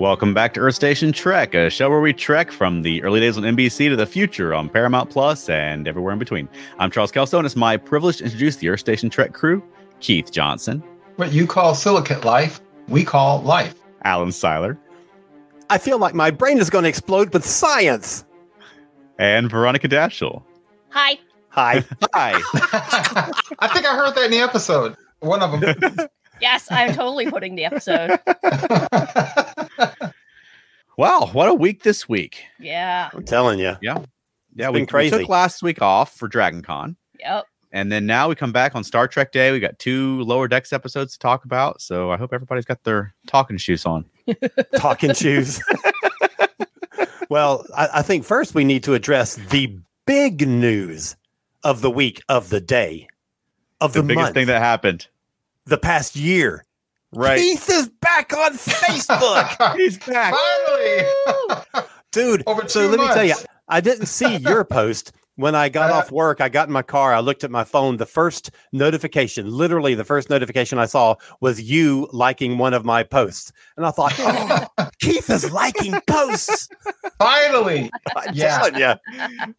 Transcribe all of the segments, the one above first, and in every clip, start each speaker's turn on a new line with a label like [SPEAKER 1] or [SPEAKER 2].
[SPEAKER 1] Welcome back to Earth Station Trek, a show where we trek from the early days on NBC to the future on Paramount Plus and everywhere in between. I'm Charles Kelso, and it's my privilege to introduce the Earth Station Trek crew Keith Johnson,
[SPEAKER 2] What you call silicate life, we call life.
[SPEAKER 1] Alan Seiler,
[SPEAKER 3] I feel like my brain is going to explode with science.
[SPEAKER 1] and Veronica Daschel.
[SPEAKER 4] Hi.
[SPEAKER 3] Hi.
[SPEAKER 1] Hi.
[SPEAKER 2] I think I heard that in the episode. One of them.
[SPEAKER 4] Yes, I'm totally putting the episode.
[SPEAKER 1] wow, what a week this week.
[SPEAKER 4] Yeah.
[SPEAKER 3] I'm telling you.
[SPEAKER 1] Yeah, we,
[SPEAKER 3] It's been
[SPEAKER 1] we
[SPEAKER 3] crazy.
[SPEAKER 1] took last week off for Dragon Con,
[SPEAKER 4] Yep.
[SPEAKER 1] and then now we come back on Star Trek Day. We got two Lower Decks episodes to talk about, so I hope everybody's got their talking shoes on.
[SPEAKER 3] Talking shoes. well, I, I think first we need to address the big news of the week, of the day, of
[SPEAKER 1] The,
[SPEAKER 3] the,
[SPEAKER 1] biggest
[SPEAKER 3] month,
[SPEAKER 1] thing that happened.
[SPEAKER 3] the past year.
[SPEAKER 1] Right.
[SPEAKER 3] Keith is back on Facebook.
[SPEAKER 1] He's back.
[SPEAKER 2] Finally.
[SPEAKER 3] Dude,
[SPEAKER 2] Over
[SPEAKER 3] so
[SPEAKER 2] two
[SPEAKER 3] let me tell you,
[SPEAKER 2] months.
[SPEAKER 3] I didn't see your post. When I got
[SPEAKER 2] Uh,
[SPEAKER 3] off work, I got in my car, I looked at my phone. The first notification, literally the first notification I saw was you liking one of my posts. And I thought, oh, Keith is liking posts.
[SPEAKER 2] Finally.
[SPEAKER 3] I'm
[SPEAKER 2] Yeah.
[SPEAKER 3] telling ya.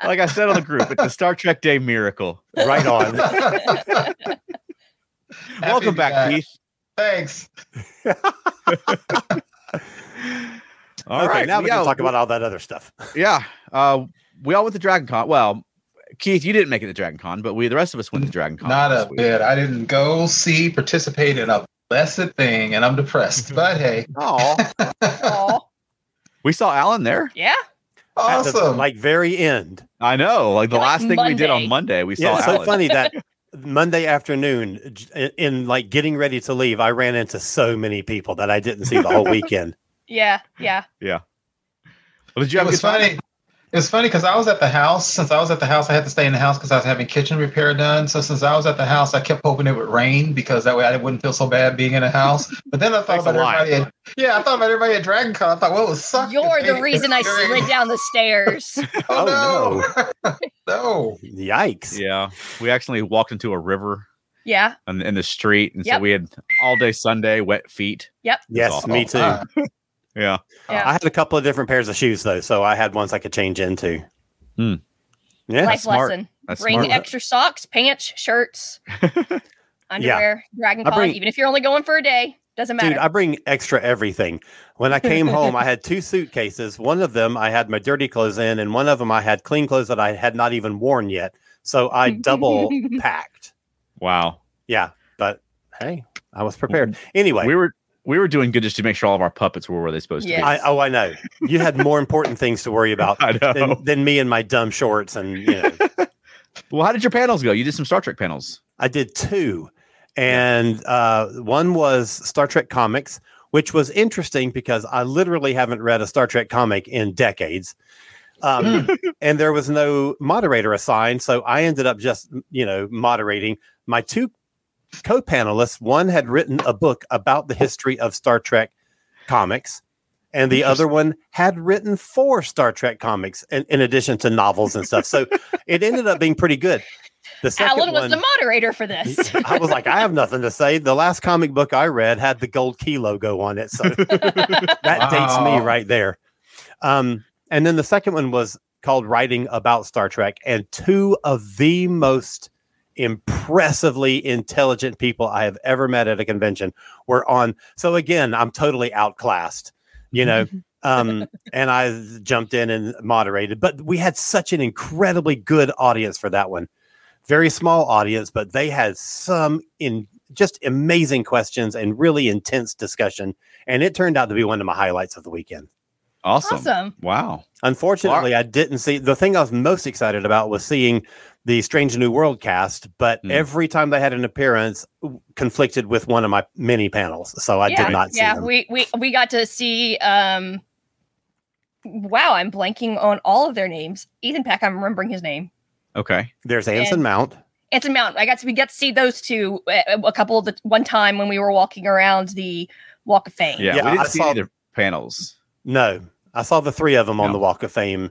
[SPEAKER 1] like I said on the group, it's the Star Trek Day miracle.
[SPEAKER 3] Right on.
[SPEAKER 2] to
[SPEAKER 1] Welcome
[SPEAKER 2] be
[SPEAKER 1] back,
[SPEAKER 2] back.
[SPEAKER 1] Keith.
[SPEAKER 2] Thanks.
[SPEAKER 1] All right,
[SPEAKER 3] okay, now we
[SPEAKER 1] yeah,
[SPEAKER 3] can talk about all that other stuff.
[SPEAKER 1] yeah. Uh, we all went to Dragon Con. Well, Keith, you didn't make it to Dragon Con, but we the rest of us went to Dragon Con.
[SPEAKER 2] Not
[SPEAKER 1] this
[SPEAKER 2] a
[SPEAKER 1] week.
[SPEAKER 2] bit. I didn't go see, participate in a blessed thing, and I'm depressed. But hey,
[SPEAKER 3] Oh,
[SPEAKER 4] Aw.
[SPEAKER 1] We saw Alan there.
[SPEAKER 4] Yeah.
[SPEAKER 2] awesome.
[SPEAKER 3] like very end.
[SPEAKER 1] I know. Like the
[SPEAKER 4] Like
[SPEAKER 1] last thing we did on
[SPEAKER 4] Monday.
[SPEAKER 1] Monday, we
[SPEAKER 3] Yeah,
[SPEAKER 1] saw
[SPEAKER 3] it's so
[SPEAKER 1] Alan.
[SPEAKER 3] funny that Monday afternoon, j- in, in like getting ready to leave, I ran into so many people that I didn't see the whole weekend.
[SPEAKER 4] Yeah. Yeah.
[SPEAKER 1] Well, did you have
[SPEAKER 2] it
[SPEAKER 1] a
[SPEAKER 2] was
[SPEAKER 1] good time?
[SPEAKER 2] funny. It was funny because I was at the house. Since I was at the house, I had to stay in the house because I was having kitchen repair done. So since I was at the house, I kept hoping it would rain because that way I wouldn't feel so bad being in the house. But then I thought
[SPEAKER 1] Thanks a
[SPEAKER 2] about
[SPEAKER 1] lot.
[SPEAKER 2] everybody. At, yeah, I thought about everybody at Dragon Con. I thought, well, it sucked.
[SPEAKER 4] You're the reason I slid down the stairs.
[SPEAKER 2] Oh, no, no.
[SPEAKER 3] Yikes.
[SPEAKER 1] Yeah, we actually walked into a river
[SPEAKER 4] Yeah.
[SPEAKER 1] in, in the street, and so
[SPEAKER 4] Yep.
[SPEAKER 1] we had all day Sunday wet feet.
[SPEAKER 3] Yes,
[SPEAKER 1] awful.
[SPEAKER 3] me too.
[SPEAKER 2] Uh,
[SPEAKER 1] Yeah,
[SPEAKER 4] Yeah.
[SPEAKER 3] Uh, I had a couple of different pairs of shoes though, so I had ones I could change into.
[SPEAKER 1] Hmm.
[SPEAKER 3] Yeah,
[SPEAKER 4] Life
[SPEAKER 1] smart.
[SPEAKER 4] lesson.
[SPEAKER 1] that's
[SPEAKER 4] bring
[SPEAKER 1] smart.
[SPEAKER 4] extra socks, pants, shirts, underwear, Dragon
[SPEAKER 3] I
[SPEAKER 4] Con,
[SPEAKER 3] bring-
[SPEAKER 4] even if you're only going for a day. Doesn't matter.
[SPEAKER 3] dude, I bring extra everything. When I came home, I had two suitcases. One of them I had my dirty clothes in, and one of them I had clean clothes that I had not even worn yet. So I double packed.
[SPEAKER 1] Wow.
[SPEAKER 3] Yeah, but hey, I was prepared. Anyway,
[SPEAKER 1] we were we were doing good just to make sure all of our puppets were where they supposed
[SPEAKER 4] Yeah.
[SPEAKER 3] I, oh, I know you had more important things to worry about
[SPEAKER 1] to be. I know.
[SPEAKER 3] than, than me and my dumb shorts and you know.
[SPEAKER 1] Well, how did your panels go? You did some Star Trek panels.
[SPEAKER 3] I did two, and uh, one was Star Trek comics, which was interesting because I literally haven't read a Star Trek comic in decades. Um, and there was no moderator assigned, so I ended up just you know moderating. My two co-panelists, one had written a book about the history of Star Trek comics, and the other one had written four Star Trek comics in, in addition to novels and stuff. So it ended up being pretty good. The second
[SPEAKER 4] Alan was
[SPEAKER 3] one,
[SPEAKER 4] the moderator for this.
[SPEAKER 3] I was like, I have nothing to say. The last comic book I read had the gold key logo on it. So that dates
[SPEAKER 2] Wow.
[SPEAKER 3] me right there. Um, and then the second one was called Writing About Star Trek. And two of the most impressively intelligent people I have ever met at a convention were on. So again, I'm totally outclassed, you know. Um, and I jumped in and moderated, but we had such an incredibly good audience for that one very small audience, but they had some in just amazing questions and really intense discussion. And it turned out to be one of my highlights of the weekend.
[SPEAKER 1] Awesome.
[SPEAKER 4] awesome.
[SPEAKER 1] Wow.
[SPEAKER 3] Unfortunately, I didn't see the thing I was most excited about was seeing the Strange New World cast, but
[SPEAKER 1] Hmm.
[SPEAKER 3] every time they had an appearance w- conflicted with one of my mini panels. So I
[SPEAKER 4] yeah.
[SPEAKER 3] did not see
[SPEAKER 4] yeah.
[SPEAKER 3] them.
[SPEAKER 4] We, we we got to see um wow, I'm blanking on all of their names. Ethan Peck, I'm remembering his name.
[SPEAKER 1] Okay.
[SPEAKER 3] There's Anson Mount.
[SPEAKER 4] Anson Mount. I got to we got to see those two uh, a couple of the one time when we were walking around the Walk of Fame.
[SPEAKER 1] Yeah,
[SPEAKER 3] Yeah,
[SPEAKER 1] we didn't
[SPEAKER 3] I
[SPEAKER 1] see
[SPEAKER 3] saw-
[SPEAKER 1] any of their panels.
[SPEAKER 3] No, I saw the three of them on
[SPEAKER 1] No.
[SPEAKER 3] the Walk of Fame,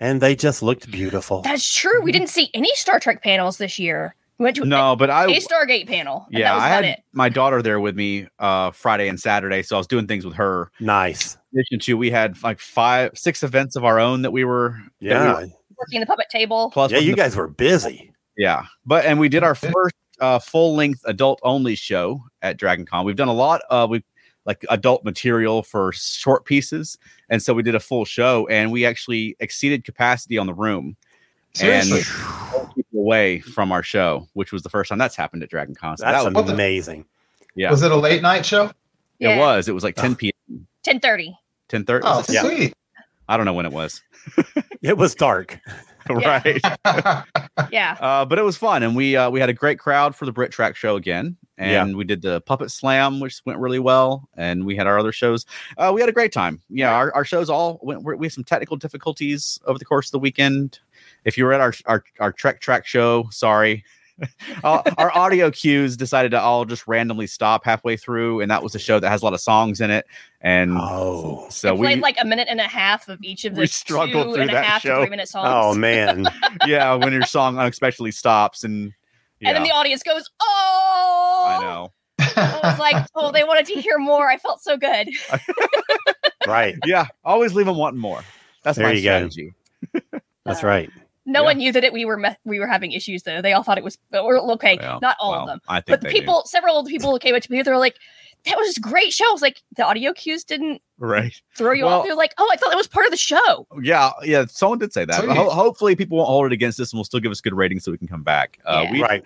[SPEAKER 3] and they just looked beautiful.
[SPEAKER 4] That's true. We didn't see any Star Trek panels this year. We went to
[SPEAKER 1] Mm-hmm. No, but
[SPEAKER 4] a
[SPEAKER 1] I
[SPEAKER 4] Stargate panel. and that
[SPEAKER 1] yeah,
[SPEAKER 4] was
[SPEAKER 1] I
[SPEAKER 4] about
[SPEAKER 1] had
[SPEAKER 4] it.
[SPEAKER 1] my daughter there with me uh Friday and Saturday, so I was doing things with her.
[SPEAKER 3] nice.
[SPEAKER 1] In addition to we had like five six events of our own that we were that we were-
[SPEAKER 3] Yeah.
[SPEAKER 4] Working the puppet table.
[SPEAKER 1] plus
[SPEAKER 3] Yeah,
[SPEAKER 1] working
[SPEAKER 3] you
[SPEAKER 1] the
[SPEAKER 3] guys were busy.
[SPEAKER 1] Yeah, but and we did our first uh, full length adult only show at Dragon Con. We've done a lot of we like adult material for short pieces, and so we did a full show, and we actually exceeded capacity on the room and
[SPEAKER 2] Seriously.
[SPEAKER 1] people away from our show, which was the first time that's happened at Dragon Con. So
[SPEAKER 3] That's
[SPEAKER 1] that was,
[SPEAKER 2] What the-
[SPEAKER 3] amazing.
[SPEAKER 1] yeah.
[SPEAKER 2] Was it a late night show?
[SPEAKER 1] it was it was like 10 p.m.
[SPEAKER 4] ten thirty.
[SPEAKER 1] 10 30
[SPEAKER 2] Oh,
[SPEAKER 3] Yeah.
[SPEAKER 2] sweet.
[SPEAKER 1] I don't know when it was
[SPEAKER 3] It was dark.
[SPEAKER 4] Yeah.
[SPEAKER 1] right
[SPEAKER 4] Oh, Yeah.
[SPEAKER 1] uh, but it was fun, and we uh, we had a great crowd for the Brit Track show again, and we did the Puppet Slam, which went really well, and we had our other shows. Uh, we had a great time. Yeah, our, our shows all went. We had some technical difficulties over the course of the weekend. If you were at our our, our Trek Track show, sorry. uh, our audio cues decided to all just randomly stop halfway through, and that was a show that has a lot of songs in it, and
[SPEAKER 3] Oh.
[SPEAKER 1] so
[SPEAKER 4] we played
[SPEAKER 1] we
[SPEAKER 4] like a minute and a half of each of
[SPEAKER 1] we
[SPEAKER 4] the
[SPEAKER 1] struggled
[SPEAKER 4] two
[SPEAKER 1] through
[SPEAKER 4] and a
[SPEAKER 1] that
[SPEAKER 4] half
[SPEAKER 1] show.
[SPEAKER 4] to three minute songs.
[SPEAKER 3] Oh man.
[SPEAKER 1] yeah, when your song unexpectedly stops, and yeah,
[SPEAKER 4] And then the audience goes, "Oh!"
[SPEAKER 1] I know.
[SPEAKER 4] I was like, "Oh, they wanted to hear more." I felt so good.
[SPEAKER 3] right.
[SPEAKER 1] yeah, always leave them wanting more. That's
[SPEAKER 3] There
[SPEAKER 1] my
[SPEAKER 3] you go.
[SPEAKER 1] strategy.
[SPEAKER 3] That's right.
[SPEAKER 4] No
[SPEAKER 1] Yeah.
[SPEAKER 4] one knew that it, we were me- we were having issues though. They all thought it was or okay,
[SPEAKER 1] Well,
[SPEAKER 4] not all
[SPEAKER 1] well,
[SPEAKER 4] of them,
[SPEAKER 1] I think
[SPEAKER 4] but the
[SPEAKER 1] they do.
[SPEAKER 4] people, several of the people who came up to me, they were like, "That was a great show." I was like, "The audio cues didn't
[SPEAKER 1] right?
[SPEAKER 4] throw you
[SPEAKER 1] Well-
[SPEAKER 4] off." They're like, "Oh, I thought that was part of the show."
[SPEAKER 1] Yeah, yeah. Someone did say that.
[SPEAKER 2] So
[SPEAKER 1] But ho-
[SPEAKER 2] you-
[SPEAKER 1] hopefully, people won't hold it against us, and will still give us good ratings so we can come back. Uh,
[SPEAKER 4] Yeah.
[SPEAKER 1] We
[SPEAKER 3] Right.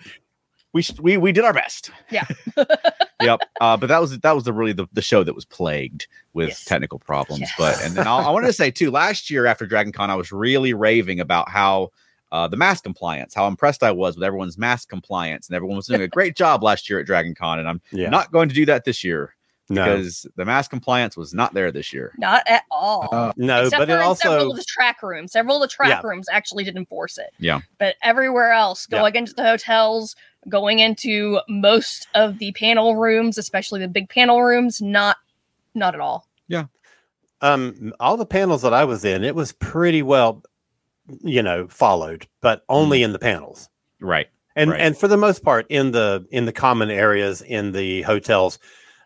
[SPEAKER 1] we, sh- we we did our best.
[SPEAKER 4] Yeah.
[SPEAKER 1] yep. Uh, but that was that was the really the, the show that was plagued with
[SPEAKER 4] Yes.
[SPEAKER 1] technical problems.
[SPEAKER 4] Yes.
[SPEAKER 1] But and then I'll, I wanted to say too, last year after Dragon Con, I was really raving about how uh, the mask compliance, how impressed I was with everyone's mask compliance, and everyone was doing a great job last year at Dragon Con, and I'm
[SPEAKER 3] Yeah.
[SPEAKER 1] not going to do that this year.
[SPEAKER 3] no.
[SPEAKER 1] because the mask compliance was not there this year.
[SPEAKER 4] Not at all.
[SPEAKER 2] Uh,
[SPEAKER 1] Oh,
[SPEAKER 3] No,
[SPEAKER 4] Except
[SPEAKER 3] but
[SPEAKER 4] for
[SPEAKER 3] it
[SPEAKER 4] in several
[SPEAKER 3] also
[SPEAKER 4] of the track rooms. Several of the track
[SPEAKER 3] Yeah.
[SPEAKER 4] rooms actually did enforce it.
[SPEAKER 1] Yeah.
[SPEAKER 4] But everywhere else,
[SPEAKER 3] Yeah.
[SPEAKER 4] going into the hotels, going into most of the panel rooms, especially the big panel rooms, not not at all.
[SPEAKER 3] um all the panels that I was in, it was pretty well, you know, followed, but
[SPEAKER 4] Mm.
[SPEAKER 3] only in the panels.
[SPEAKER 1] Right.
[SPEAKER 3] and
[SPEAKER 1] Right.
[SPEAKER 3] and for the most part in the in the common areas in the hotels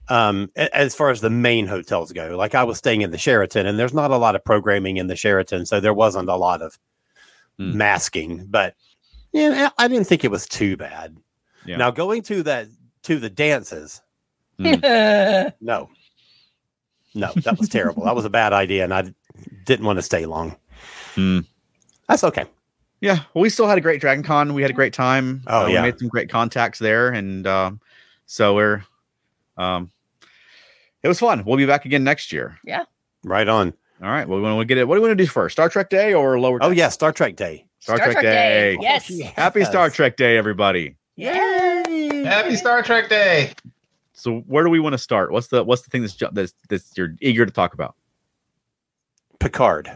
[SPEAKER 3] um a- as far as the main hotels go like i was staying in the sheraton and there's not a lot of programming in the sheraton so there wasn't a lot of
[SPEAKER 4] Mm.
[SPEAKER 1] Hmm.
[SPEAKER 3] masking but yeah i I didn't think it was too bad
[SPEAKER 1] Yeah.
[SPEAKER 3] now going to that to the dances
[SPEAKER 1] Hmm.
[SPEAKER 3] no no that was terrible that was a bad idea and i d- didn't want to stay long
[SPEAKER 1] Hmm.
[SPEAKER 3] that's okay
[SPEAKER 1] Yeah. Well, we still had a great Dragon Con. We had a great time.
[SPEAKER 3] Oh,
[SPEAKER 1] Uh,
[SPEAKER 3] yeah.
[SPEAKER 1] We made some great contacts there. And um, so we're, um, it was fun. We'll be back again next year.
[SPEAKER 3] right on
[SPEAKER 1] All right. Well, we want to get it. What do we want to do first? Star Trek Day or Lower
[SPEAKER 3] oh
[SPEAKER 1] Decks?
[SPEAKER 3] yeah star trek day
[SPEAKER 1] Star, Trek, Day.
[SPEAKER 4] Yes.
[SPEAKER 1] Oh,
[SPEAKER 3] Oh,
[SPEAKER 1] Happy Star
[SPEAKER 3] Yes.
[SPEAKER 1] Trek Day, everybody.
[SPEAKER 3] Yay!
[SPEAKER 2] Happy Star Trek Day.
[SPEAKER 1] So where do we want to start? What's the what's the thing that's ju- that's, that's you're eager to talk about?
[SPEAKER 3] Picard.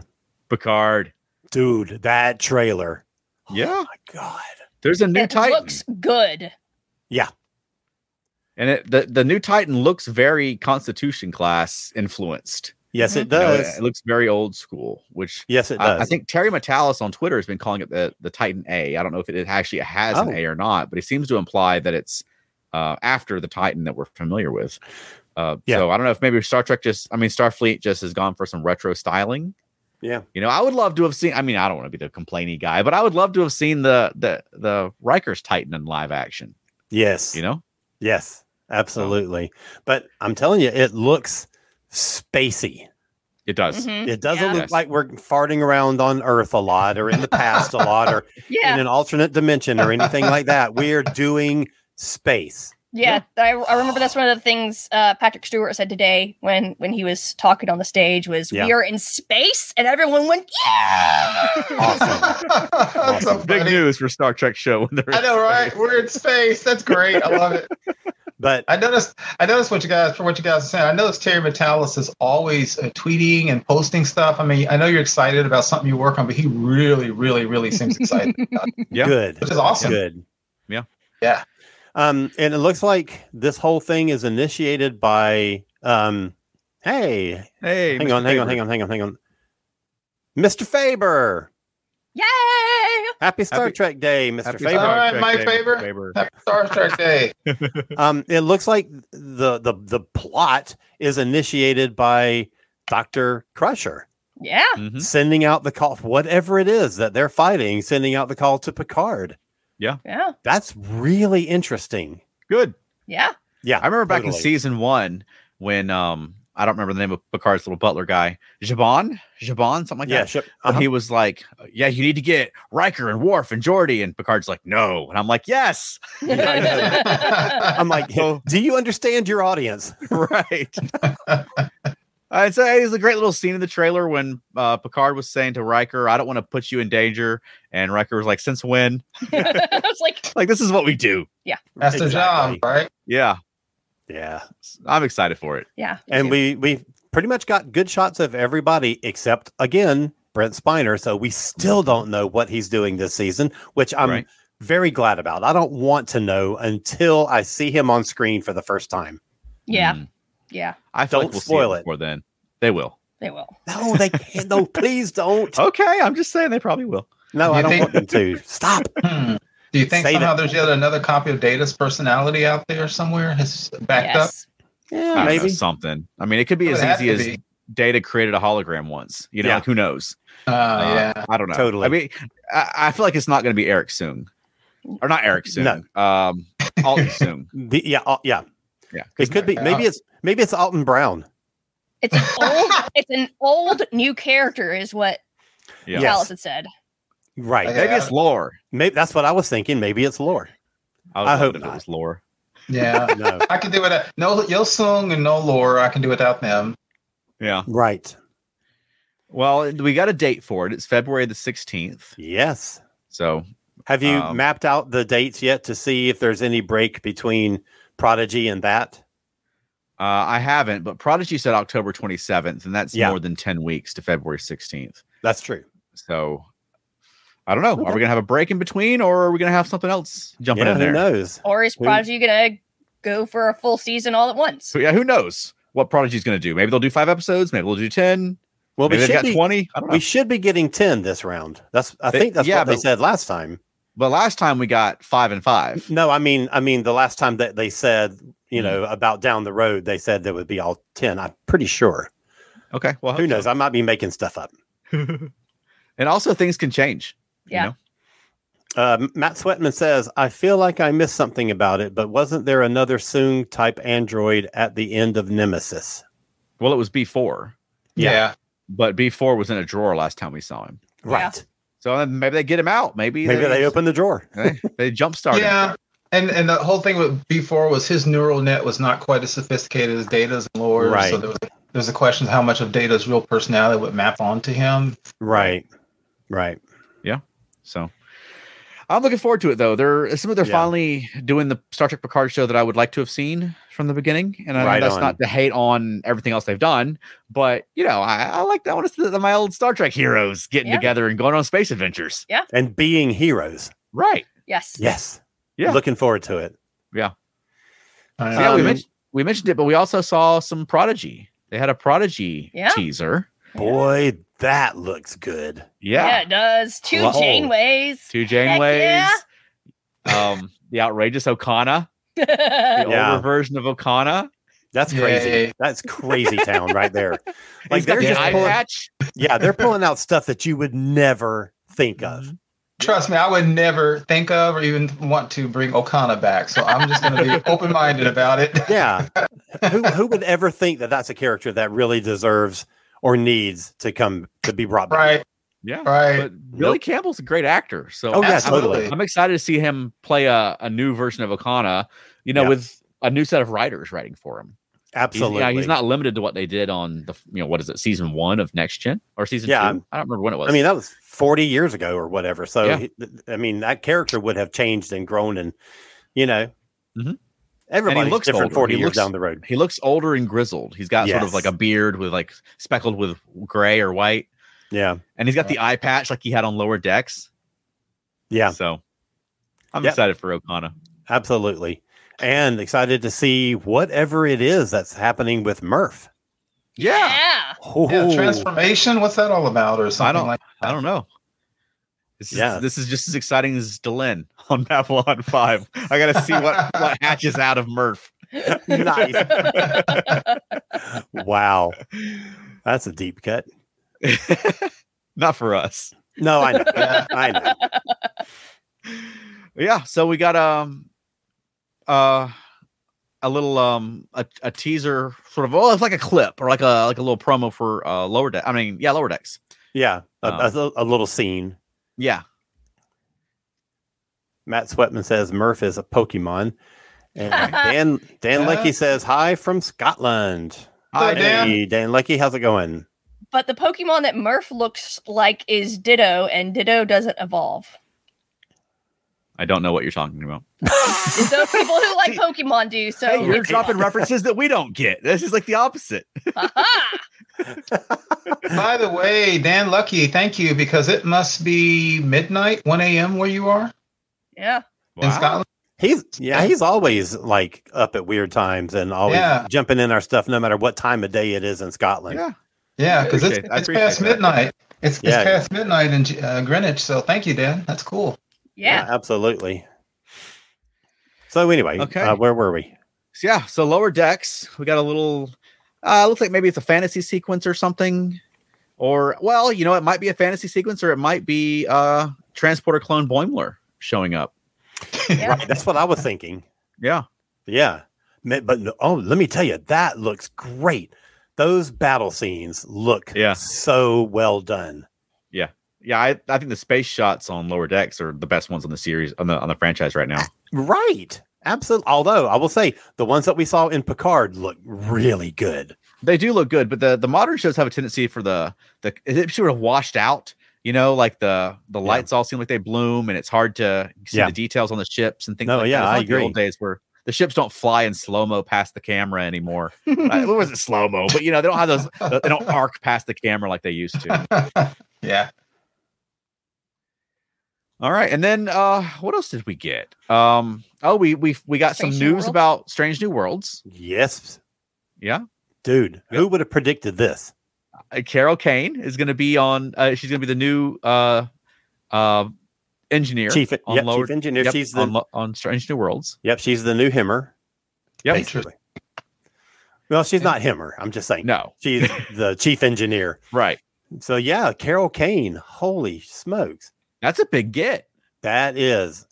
[SPEAKER 1] Picard.
[SPEAKER 3] Dude, that trailer.
[SPEAKER 1] Yeah.
[SPEAKER 3] Oh my God.
[SPEAKER 1] There's a new
[SPEAKER 4] it
[SPEAKER 1] Titan.
[SPEAKER 4] looks good.
[SPEAKER 1] And it, the the new Titan looks very Constitution class influenced.
[SPEAKER 3] Yes, it
[SPEAKER 4] Mm-hmm.
[SPEAKER 1] You know,
[SPEAKER 4] Oh,
[SPEAKER 1] it-
[SPEAKER 3] does.
[SPEAKER 1] it, looks very old school, which
[SPEAKER 3] Yes, it does.
[SPEAKER 1] I, I think Terry Metalis on Twitter has been calling it the the Titan A. I don't know if it actually has
[SPEAKER 3] Oh.
[SPEAKER 1] an A or not, but he seems to imply that it's uh, after the Titan that we're familiar with. Uh,
[SPEAKER 3] Yeah.
[SPEAKER 1] So I don't know if maybe Star Trek just, I mean, Starfleet just has gone for some retro styling.
[SPEAKER 3] Yeah.
[SPEAKER 1] You know, I would love to have seen. I mean, I don't want to be the complainy guy, but I would love to have seen the the the Riker's Titan in live action.
[SPEAKER 3] Yes.
[SPEAKER 1] You know,
[SPEAKER 3] Yes, absolutely. But I'm telling you, it looks spacey.
[SPEAKER 1] it does.
[SPEAKER 2] Mm-hmm.
[SPEAKER 4] Mhm.
[SPEAKER 3] It doesn't
[SPEAKER 4] Yeah.
[SPEAKER 3] look
[SPEAKER 1] Yes.
[SPEAKER 3] like we're farting around on Earth a lot or in the past a lot or
[SPEAKER 4] Yeah.
[SPEAKER 3] in an alternate dimension or anything like that. We're doing space.
[SPEAKER 4] Yeah, I, I remember that's one of the things uh, Patrick Stewart said today when when he was talking on the stage was
[SPEAKER 3] Yeah.
[SPEAKER 4] we are in space and everyone went yeah.
[SPEAKER 2] That's so
[SPEAKER 1] Big
[SPEAKER 2] funny.
[SPEAKER 1] news for Star Trek show. When they're
[SPEAKER 2] I know,
[SPEAKER 1] in
[SPEAKER 2] right?
[SPEAKER 1] space.
[SPEAKER 2] We're in space. That's great. I love it.
[SPEAKER 3] But
[SPEAKER 2] I noticed. I noticed what you guys for what you guys are saying. I noticed Terry Metalis is always uh, tweeting and posting stuff. I mean, I know you're excited about something you work on, but he really, really, really seems excited. about it,
[SPEAKER 1] Yeah.
[SPEAKER 3] good.
[SPEAKER 2] which is awesome.
[SPEAKER 3] Good.
[SPEAKER 2] Yeah.
[SPEAKER 3] Um, and it looks like this whole thing is initiated by um, hey,
[SPEAKER 1] Hey,
[SPEAKER 3] hang on, hang on, hang on, hang on, hang on. Mr. Faber.
[SPEAKER 4] Yay!
[SPEAKER 3] Happy Star
[SPEAKER 1] Happy-
[SPEAKER 3] Trek Day, Mr.
[SPEAKER 1] Happy
[SPEAKER 3] Faber.
[SPEAKER 2] All
[SPEAKER 1] Star
[SPEAKER 2] right,
[SPEAKER 1] Trek
[SPEAKER 2] my
[SPEAKER 1] Day, Mr.
[SPEAKER 2] favorite.
[SPEAKER 1] Faber.
[SPEAKER 2] Happy Star Trek Day.
[SPEAKER 3] Um, it looks like the the the plot is initiated by Dr. Crusher
[SPEAKER 4] Yeah.
[SPEAKER 1] Mhm.
[SPEAKER 3] sending out the call, whatever it is that they're fighting, sending out the call to Picard.
[SPEAKER 4] Yeah.
[SPEAKER 3] That's really interesting.
[SPEAKER 1] Good.
[SPEAKER 4] Yeah.
[SPEAKER 3] Yeah.
[SPEAKER 1] I remember back in
[SPEAKER 3] totally.
[SPEAKER 1] season one when um I don't remember the name of Picard's little butler guy, Jabon, Jabon, something like
[SPEAKER 3] yeah,
[SPEAKER 1] that.
[SPEAKER 3] sure.
[SPEAKER 1] But
[SPEAKER 3] Uh-huh.
[SPEAKER 1] he was like, "Yeah, you need to get Riker and Worf and Geordi," and Picard's like, "No," and I'm like, "Yes,
[SPEAKER 3] I'm like,
[SPEAKER 1] So-
[SPEAKER 3] do you understand your audience?
[SPEAKER 1] right." Uh, so it was a great little scene in the trailer when uh, Picard was saying to Riker, "I don't want to put you in danger," and Riker was like, "Since when?
[SPEAKER 4] I was like,
[SPEAKER 1] Like this is what we do."
[SPEAKER 2] That's the job,
[SPEAKER 3] Exactly.
[SPEAKER 2] right?
[SPEAKER 1] Yeah,
[SPEAKER 3] Yeah.
[SPEAKER 1] I'm excited for it.
[SPEAKER 4] yeah. me
[SPEAKER 3] And
[SPEAKER 4] too.
[SPEAKER 3] we we pretty much got good shots of everybody except again Brent Spiner. So we still don't know what he's doing this season, which I'm
[SPEAKER 1] Right.
[SPEAKER 3] very glad about. I don't want to know until I see him on screen for the first time.
[SPEAKER 4] Yeah.
[SPEAKER 1] Mm.
[SPEAKER 4] Yeah.
[SPEAKER 1] I feel
[SPEAKER 3] Don't
[SPEAKER 1] like we'll
[SPEAKER 3] spoil
[SPEAKER 1] see it
[SPEAKER 3] it.
[SPEAKER 1] before then. They will.
[SPEAKER 4] They will.
[SPEAKER 3] No, they can't. no, please don't.
[SPEAKER 1] Okay, I'm just saying they probably will.
[SPEAKER 3] No,
[SPEAKER 2] You
[SPEAKER 3] I don't
[SPEAKER 2] think-
[SPEAKER 3] want them to. Stop.
[SPEAKER 2] Hmm. Do you think
[SPEAKER 3] Save
[SPEAKER 2] somehow
[SPEAKER 3] it.
[SPEAKER 2] there's yet another copy of Data's personality out there somewhere? Has backed up.
[SPEAKER 4] Yes.
[SPEAKER 3] Yeah,
[SPEAKER 1] I don't know,
[SPEAKER 3] maybe.
[SPEAKER 1] something. I mean, it could be
[SPEAKER 2] It would
[SPEAKER 1] as
[SPEAKER 2] have
[SPEAKER 1] easy
[SPEAKER 2] to
[SPEAKER 1] as
[SPEAKER 2] be.
[SPEAKER 1] Data created a hologram once. You know,
[SPEAKER 3] Yeah.
[SPEAKER 1] like, who knows?
[SPEAKER 2] Uh,
[SPEAKER 1] Uh,
[SPEAKER 3] Uh-huh.
[SPEAKER 2] yeah.
[SPEAKER 1] I don't know.
[SPEAKER 3] Totally.
[SPEAKER 1] I mean, I, I feel like it's not going to be Eric Soong, or not Eric Soong. Um, Alton Soong.
[SPEAKER 3] The- yeah, uh, yeah.
[SPEAKER 1] Yeah,
[SPEAKER 3] It could be.
[SPEAKER 2] Yeah.
[SPEAKER 3] Maybe it's maybe it's Alton Brown.
[SPEAKER 4] It's an old it's an old new character is what
[SPEAKER 1] Yeah.
[SPEAKER 3] Yes.
[SPEAKER 4] Alice had said.
[SPEAKER 3] Right.
[SPEAKER 2] Okay.
[SPEAKER 1] Maybe it's lore.
[SPEAKER 3] Maybe that's what I was thinking. Maybe it's Lore.
[SPEAKER 1] was
[SPEAKER 3] I
[SPEAKER 1] wondering
[SPEAKER 3] hope
[SPEAKER 1] if
[SPEAKER 3] not.
[SPEAKER 1] it was lore.
[SPEAKER 2] Yeah.
[SPEAKER 3] No.
[SPEAKER 2] I can do it. No, Yo Sung and no Lore. I can do without them.
[SPEAKER 1] Yeah.
[SPEAKER 3] right.
[SPEAKER 1] Well, we got a date for it. It's February the sixteenth.
[SPEAKER 3] Yes.
[SPEAKER 1] So
[SPEAKER 3] Have you
[SPEAKER 1] Um,
[SPEAKER 3] mapped out the dates yet to see if there's any break between Prodigy and that?
[SPEAKER 1] uh, I haven't, but Prodigy said October twenty seventh, and that's
[SPEAKER 3] Yeah.
[SPEAKER 1] more than ten weeks to February sixteenth.
[SPEAKER 3] That's true.
[SPEAKER 1] So I don't know. Are we gonna have a break in between, or are we gonna have something else jumping
[SPEAKER 3] yeah,
[SPEAKER 1] in
[SPEAKER 3] who
[SPEAKER 1] there?
[SPEAKER 3] knows?
[SPEAKER 4] Or is
[SPEAKER 3] Who-
[SPEAKER 4] Prodigy gonna go for a full season all at once?
[SPEAKER 1] So yeah, who knows what Prodigy's gonna do? Maybe they'll do five episodes. Maybe they'll do ten.
[SPEAKER 3] Well,
[SPEAKER 1] maybe they've
[SPEAKER 3] we should
[SPEAKER 1] got
[SPEAKER 3] be
[SPEAKER 1] twenty. I don't know.
[SPEAKER 3] we should be getting ten this round. That's I
[SPEAKER 1] They-
[SPEAKER 3] think that's
[SPEAKER 1] yeah,
[SPEAKER 3] what they
[SPEAKER 1] but-
[SPEAKER 3] said last time.
[SPEAKER 1] but last time we got five and five.
[SPEAKER 3] No, I mean I mean the last time that they said you
[SPEAKER 1] Hmm.
[SPEAKER 3] know about down the road they said there would be all ten. I'm pretty sure.
[SPEAKER 1] Okay. Well,
[SPEAKER 3] Mm-hmm. Who knows? I might be making stuff up.
[SPEAKER 1] And also, things can change. you
[SPEAKER 4] Yeah.
[SPEAKER 1] know?
[SPEAKER 3] Uh, M- Matt Sweatman says, I feel like I missed something about it, but wasn't there another Soong type android at the end of Nemesis?
[SPEAKER 1] Well, it was B four,
[SPEAKER 3] Yeah.
[SPEAKER 1] but B four was in a drawer last time we saw him.
[SPEAKER 4] Yeah.
[SPEAKER 3] Right.
[SPEAKER 1] So uh, maybe they get him out. Maybe
[SPEAKER 3] Maybe they open the drawer.
[SPEAKER 1] They, they
[SPEAKER 2] Yeah.
[SPEAKER 1] jumpstart him.
[SPEAKER 2] Yeah. And and the whole thing with B4 was his neural net was not quite as sophisticated as Data's and Lore's.
[SPEAKER 3] Right.
[SPEAKER 2] So there was there was a question of how much of Data's real personality would map onto him.
[SPEAKER 3] Right. Right.
[SPEAKER 1] So I'm looking forward to it though. They're it seems like they're
[SPEAKER 3] Yeah.
[SPEAKER 1] finally doing the Star Trek Picard show that I would like to have seen from the beginning. And I know
[SPEAKER 3] Right
[SPEAKER 1] that's
[SPEAKER 3] on.
[SPEAKER 1] not to hate on everything else they've done, but you know, I, I like I want to see the, my old Star Trek heroes getting
[SPEAKER 4] Yeah.
[SPEAKER 1] together and going on space adventures.
[SPEAKER 3] And being heroes.
[SPEAKER 1] Right.
[SPEAKER 4] Yes.
[SPEAKER 3] Yes.
[SPEAKER 1] Yeah.
[SPEAKER 3] Looking forward to it.
[SPEAKER 2] I
[SPEAKER 1] yeah, we
[SPEAKER 3] Um,
[SPEAKER 1] mentioned we mentioned it, but we also saw some Prodigy. They had a Prodigy
[SPEAKER 4] Yeah.
[SPEAKER 1] teaser.
[SPEAKER 3] Boy, that looks good.
[SPEAKER 4] Yeah,
[SPEAKER 1] Yeah,
[SPEAKER 4] it does. Two
[SPEAKER 3] Lol.
[SPEAKER 4] Janeways.
[SPEAKER 1] two Janeways.
[SPEAKER 4] yeah.
[SPEAKER 1] Um, the outrageous Okana, the
[SPEAKER 3] Yeah.
[SPEAKER 1] older version of Okana.
[SPEAKER 3] That's crazy.
[SPEAKER 2] Yay.
[SPEAKER 3] That's crazy town right there. Like
[SPEAKER 1] He's got
[SPEAKER 3] they're
[SPEAKER 1] the
[SPEAKER 3] just
[SPEAKER 1] eye
[SPEAKER 3] pulling,
[SPEAKER 1] patch.
[SPEAKER 3] yeah, they're pulling out stuff that you would never think of.
[SPEAKER 2] Trust me, I would never think of or even want to bring Okana back. So I'm just going to be open minded about it.
[SPEAKER 3] Yeah. who who would ever think that that's a character that really deserves or needs to come to be brought back?
[SPEAKER 2] Right.
[SPEAKER 1] Yeah.
[SPEAKER 2] Right.
[SPEAKER 1] But Billy
[SPEAKER 3] Nope.
[SPEAKER 1] Campbell's a great actor. So
[SPEAKER 3] Oh, yeah,
[SPEAKER 2] Absolutely.
[SPEAKER 1] I'm excited to see him play a, a new version of Okana, you know,
[SPEAKER 3] Yeah.
[SPEAKER 1] with a new set of writers writing for him. He's,
[SPEAKER 3] Absolutely.
[SPEAKER 1] yeah, he's not limited to what they did on the, you know, what is it, season one of Next Gen or season
[SPEAKER 3] Yeah.
[SPEAKER 1] two? I don't remember when it was.
[SPEAKER 3] I mean, that was 40 years ago or whatever. So,
[SPEAKER 1] Yeah.
[SPEAKER 3] he- th- I mean, that character would have changed and grown and, you know,
[SPEAKER 1] Mhm.
[SPEAKER 3] Everybody
[SPEAKER 1] looks
[SPEAKER 3] looks different
[SPEAKER 1] older.
[SPEAKER 3] forty
[SPEAKER 1] He
[SPEAKER 3] years
[SPEAKER 1] looks-
[SPEAKER 3] down the road.
[SPEAKER 1] He looks older and grizzled. He's got sort of
[SPEAKER 3] Yes.
[SPEAKER 1] like a beard with like speckled with gray or white,
[SPEAKER 3] Yeah,
[SPEAKER 1] and he's got the eye patch like he had on lower decks.
[SPEAKER 3] yeah,
[SPEAKER 1] So I'm
[SPEAKER 3] Yep.
[SPEAKER 1] excited for Okana.
[SPEAKER 3] absolutely. And excited to see whatever it is that's happening with Murph.
[SPEAKER 4] Yeah.
[SPEAKER 2] Yeah,
[SPEAKER 3] Ooh.
[SPEAKER 2] transformation. What's that all about, or something
[SPEAKER 1] I don't-
[SPEAKER 2] like?
[SPEAKER 1] I don't know. This is,
[SPEAKER 3] Yeah.
[SPEAKER 1] this is just as exciting as Delenn on Babylon 5. I got to see what, what hatches out of Murph.
[SPEAKER 3] nice. wow, that's a deep cut.
[SPEAKER 1] Not for us.
[SPEAKER 3] No, I know.
[SPEAKER 2] Yeah.
[SPEAKER 3] I know.
[SPEAKER 1] Yeah, so we got um uh a little um a, a teaser sort of oh it's like a clip or like a like a little promo for uh lower deck. I mean, yeah, lower decks.
[SPEAKER 3] Yeah, a,
[SPEAKER 2] Oh.
[SPEAKER 1] Um,
[SPEAKER 3] a- a little scene.
[SPEAKER 1] Yeah.
[SPEAKER 3] Matt Sweatman says Murph is a Pokemon. And Dan Dan
[SPEAKER 2] Yeah.
[SPEAKER 3] Leckie says hi from Scotland.
[SPEAKER 2] Hi, Dan.
[SPEAKER 3] Hey, Dan Leckie, how's it going?
[SPEAKER 4] But the Pokemon that Murph looks like is Ditto, and Ditto doesn't evolve.
[SPEAKER 1] I don't know what you're talking about.
[SPEAKER 4] Those people who like Pokemon do. So
[SPEAKER 1] Hey, you're
[SPEAKER 4] it's-
[SPEAKER 1] dropping references that we don't get. This is like the opposite.
[SPEAKER 4] Aha!
[SPEAKER 2] By the way, Dan Lucky, thank you because it must be midnight, one a.m. where you are
[SPEAKER 4] Yeah.
[SPEAKER 2] in Scotland.
[SPEAKER 3] He's yeah, he's always like up at weird times and always
[SPEAKER 2] Yeah.
[SPEAKER 3] jumping in our stuff no matter what time of day it is in Scotland.
[SPEAKER 1] Yeah.
[SPEAKER 2] Yeah, because it's,
[SPEAKER 1] Appreciate- I
[SPEAKER 2] it's
[SPEAKER 1] appreciate
[SPEAKER 2] past
[SPEAKER 1] that.
[SPEAKER 2] midnight. It's,
[SPEAKER 3] Yeah.
[SPEAKER 2] it's past midnight in G- uh, Greenwich, so thank you, Dan. That's cool.
[SPEAKER 4] Yeah.
[SPEAKER 3] absolutely. So anyway,
[SPEAKER 1] Okay.
[SPEAKER 3] uh, where were we?
[SPEAKER 1] So, yeah, so lower decks, we got a little uh looks like maybe it's a fantasy sequence or something. Or well, you know, it might be a fantasy sequence or it might be uh transporter clone Boimler showing up.
[SPEAKER 4] Yeah.
[SPEAKER 3] Right, that's what I was thinking.
[SPEAKER 1] Yeah.
[SPEAKER 3] Yeah. Ma- But no- oh, let me tell you, that looks great. Those battle scenes look
[SPEAKER 1] Yeah.
[SPEAKER 3] so well done.
[SPEAKER 1] Yeah, I, I think the space shots on lower decks are the best ones on the series on the on the franchise right now.
[SPEAKER 3] Right. Absolutely. Although I will say the ones that we saw in Picard look really good.
[SPEAKER 1] They do look good, but the the modern shows have a tendency for the the it's sort of washed out. You know, like the the
[SPEAKER 3] Yeah.
[SPEAKER 1] lights all seem like they bloom, and it's hard to see
[SPEAKER 3] Yeah.
[SPEAKER 1] the details on the ships and things.
[SPEAKER 3] No,
[SPEAKER 1] like
[SPEAKER 3] yeah,
[SPEAKER 1] that. It's not
[SPEAKER 3] I
[SPEAKER 1] like the old
[SPEAKER 3] agree.
[SPEAKER 1] days where the ships don't fly in slow mo past the camera anymore. I- it wasn't slow mo, but you know they don't have those. They don't arc past the camera like they used to.
[SPEAKER 2] yeah.
[SPEAKER 1] All right, and then uh what else did we get? Um oh we we we got
[SPEAKER 4] Strange
[SPEAKER 1] some
[SPEAKER 4] New
[SPEAKER 1] news
[SPEAKER 4] Worlds?
[SPEAKER 1] about Strange New Worlds.
[SPEAKER 3] Yes.
[SPEAKER 1] Yeah.
[SPEAKER 3] Dude, who would have predicted this?
[SPEAKER 1] uh, Carol Kane is going to be on. Uh, she's going to be the new uh, uh, engineer,
[SPEAKER 3] Chief,
[SPEAKER 1] on
[SPEAKER 3] yep,
[SPEAKER 1] lower-
[SPEAKER 3] chief engineer.
[SPEAKER 1] yep,
[SPEAKER 3] she's the
[SPEAKER 1] on, Lo- on Strange New Worlds.
[SPEAKER 3] yep, she's the new himmer.
[SPEAKER 1] Yep.
[SPEAKER 3] basically. Well, she's not himmer. I'm just saying.
[SPEAKER 1] No,
[SPEAKER 3] She's the chief engineer.
[SPEAKER 1] right?
[SPEAKER 3] So yeah, Carol Kane. Holy smokes.
[SPEAKER 1] That's a big get.
[SPEAKER 3] That is.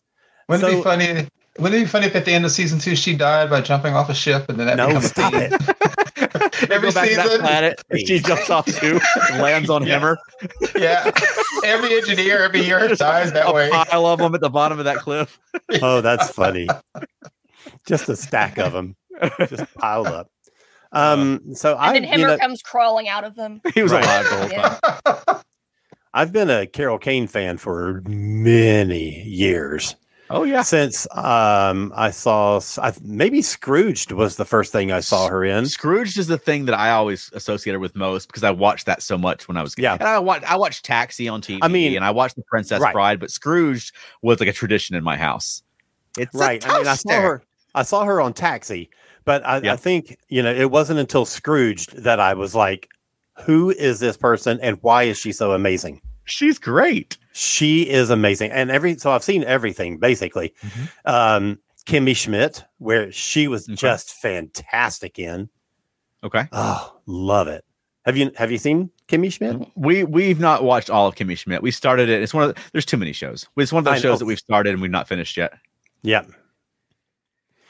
[SPEAKER 2] Wouldn't it
[SPEAKER 3] So-
[SPEAKER 2] be funny? Wouldn't it be funny if at the end of season two she died by jumping off a ship and then that
[SPEAKER 3] No,
[SPEAKER 2] becomes
[SPEAKER 3] stop
[SPEAKER 2] a
[SPEAKER 3] it.
[SPEAKER 2] theme? Every
[SPEAKER 1] Go back to that
[SPEAKER 2] season,
[SPEAKER 1] planet, she jumps off too, and lands on
[SPEAKER 2] Yeah.
[SPEAKER 1] Hammer.
[SPEAKER 2] yeah. Every engineer every year
[SPEAKER 1] Just
[SPEAKER 2] dies that
[SPEAKER 1] a
[SPEAKER 2] way.
[SPEAKER 1] pile of them at the bottom of that cliff.
[SPEAKER 3] Oh, that's funny. Just a stack of them, just piled up. Um, so I,
[SPEAKER 4] And then
[SPEAKER 3] you
[SPEAKER 4] Himmer
[SPEAKER 3] know,
[SPEAKER 4] comes crawling out of them.
[SPEAKER 1] He was
[SPEAKER 3] Right.
[SPEAKER 1] alive the whole
[SPEAKER 4] Yeah.
[SPEAKER 1] time.
[SPEAKER 3] I've been a Carol Kane fan for many years
[SPEAKER 1] Oh yeah,
[SPEAKER 3] since um, I saw I, maybe Scrooged was the first thing I saw her in.
[SPEAKER 1] Scrooge is the thing that I always associated with most because I watched that so much when I was a kid.
[SPEAKER 3] Yeah.
[SPEAKER 1] And I watched I watched Taxi on TV.
[SPEAKER 3] I mean,
[SPEAKER 1] and I watched The Princess
[SPEAKER 3] right.
[SPEAKER 1] Bride, but Scrooge was like a tradition in my house. It's a
[SPEAKER 3] right. I mean, I saw
[SPEAKER 1] toaster.
[SPEAKER 3] her. I saw her on Taxi, but I, I
[SPEAKER 1] Yeah.
[SPEAKER 3] think you know it wasn't until Scrooged that I was like, "Who is this person, and why is she so amazing?"
[SPEAKER 1] She's great.
[SPEAKER 3] She is amazing. And every so I've seen everything basically.
[SPEAKER 2] Mm-hmm.
[SPEAKER 1] Mhm.
[SPEAKER 3] Um Kimmy Schmidt, where she was
[SPEAKER 1] Okay.
[SPEAKER 3] just fantastic in.
[SPEAKER 1] Okay.
[SPEAKER 3] Oh, love it. Have you have you seen Kimmy Schmidt?
[SPEAKER 1] We we've not watched all of Kimmy Schmidt. We started it. It's one of the, there's too many shows. It's one of
[SPEAKER 3] I
[SPEAKER 1] those
[SPEAKER 3] know.
[SPEAKER 1] shows that we've started and we've not finished yet.
[SPEAKER 3] Yeah.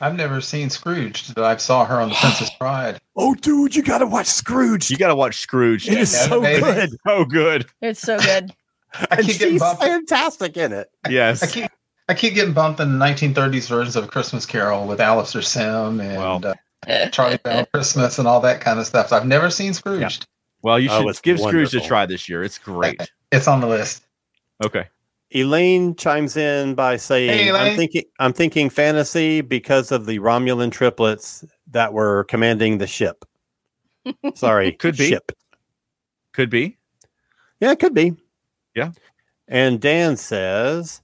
[SPEAKER 2] I've never seen Scrooge, but I saw her on The Princess Bride.
[SPEAKER 3] Oh dude, you gotta watch Scrooge.
[SPEAKER 1] You got to watch Scrooge.
[SPEAKER 3] it is
[SPEAKER 2] Yeah,
[SPEAKER 3] so
[SPEAKER 2] baby.
[SPEAKER 3] good.
[SPEAKER 1] so good.
[SPEAKER 4] It's so good.
[SPEAKER 2] I
[SPEAKER 3] And
[SPEAKER 2] keep getting
[SPEAKER 3] she's
[SPEAKER 2] bumped.
[SPEAKER 3] fantastic in it.
[SPEAKER 2] I
[SPEAKER 1] Yes.
[SPEAKER 2] keep I keep getting bumped in the 1930s versions of Christmas Carol with Alistair Sim and
[SPEAKER 1] Wow.
[SPEAKER 2] uh, Charlie Brown Christmas and all that kind of stuff. So I've never seen Scrooge.
[SPEAKER 1] Well, you
[SPEAKER 3] Oh,
[SPEAKER 1] should
[SPEAKER 3] it's
[SPEAKER 1] give Scrooge
[SPEAKER 3] wonderful.
[SPEAKER 1] a try this year. It's great.
[SPEAKER 2] It's on the list.
[SPEAKER 1] Okay.
[SPEAKER 3] Elaine chimes in by saying,
[SPEAKER 2] Hey,
[SPEAKER 3] "I'm
[SPEAKER 2] Elaine."
[SPEAKER 3] thinking, I'm thinking fantasy because of the Romulan triplets that were commanding the ship." Sorry,
[SPEAKER 1] Could be.
[SPEAKER 3] ship.
[SPEAKER 1] Could be.
[SPEAKER 3] Yeah, it could be.
[SPEAKER 1] Yeah.
[SPEAKER 3] And Dan says,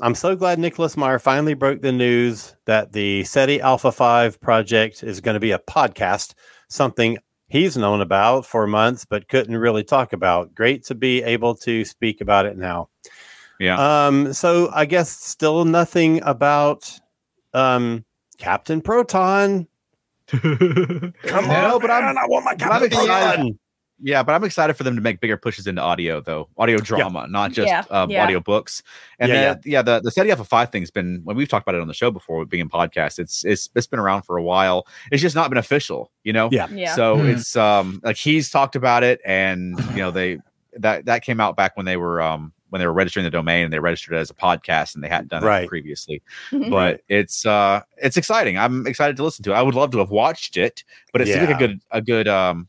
[SPEAKER 3] I'm so glad Nicholas Meyer finally broke the news that the SETI Alpha 5 project is going to be a podcast, something he's known about for months but couldn't really talk about. Great to be able to speak about it now.
[SPEAKER 1] Yeah.
[SPEAKER 3] Um, so I guess still nothing about um, Captain Proton. Come
[SPEAKER 2] No,
[SPEAKER 3] on, but I'm, I want my Captain
[SPEAKER 2] excited.
[SPEAKER 3] Proton.
[SPEAKER 1] Yeah, but I'm excited for them to make bigger pushes into audio though, audio drama, not just
[SPEAKER 4] Yeah,
[SPEAKER 1] um,
[SPEAKER 4] yeah.
[SPEAKER 1] audio books. And
[SPEAKER 3] Yeah,
[SPEAKER 1] yeah, yeah. the the SETI Alpha Five thing's been when we've talked about it on the show before, being podcast. It's it's it's been around for a while. It's just not been official, you know.
[SPEAKER 3] Yeah.
[SPEAKER 4] Yeah.
[SPEAKER 1] So
[SPEAKER 2] Hmm.
[SPEAKER 1] it's um like he's talked about it, and you know they that that came out back when they were um when they were registering the domain and they registered it as a podcast and they hadn't done
[SPEAKER 3] Right.
[SPEAKER 1] it previously.
[SPEAKER 4] Mhm.
[SPEAKER 1] But it's uh it's exciting. I'm excited to listen to. it. I would love to have watched it, but it's like
[SPEAKER 3] Yeah.
[SPEAKER 1] a good a good um.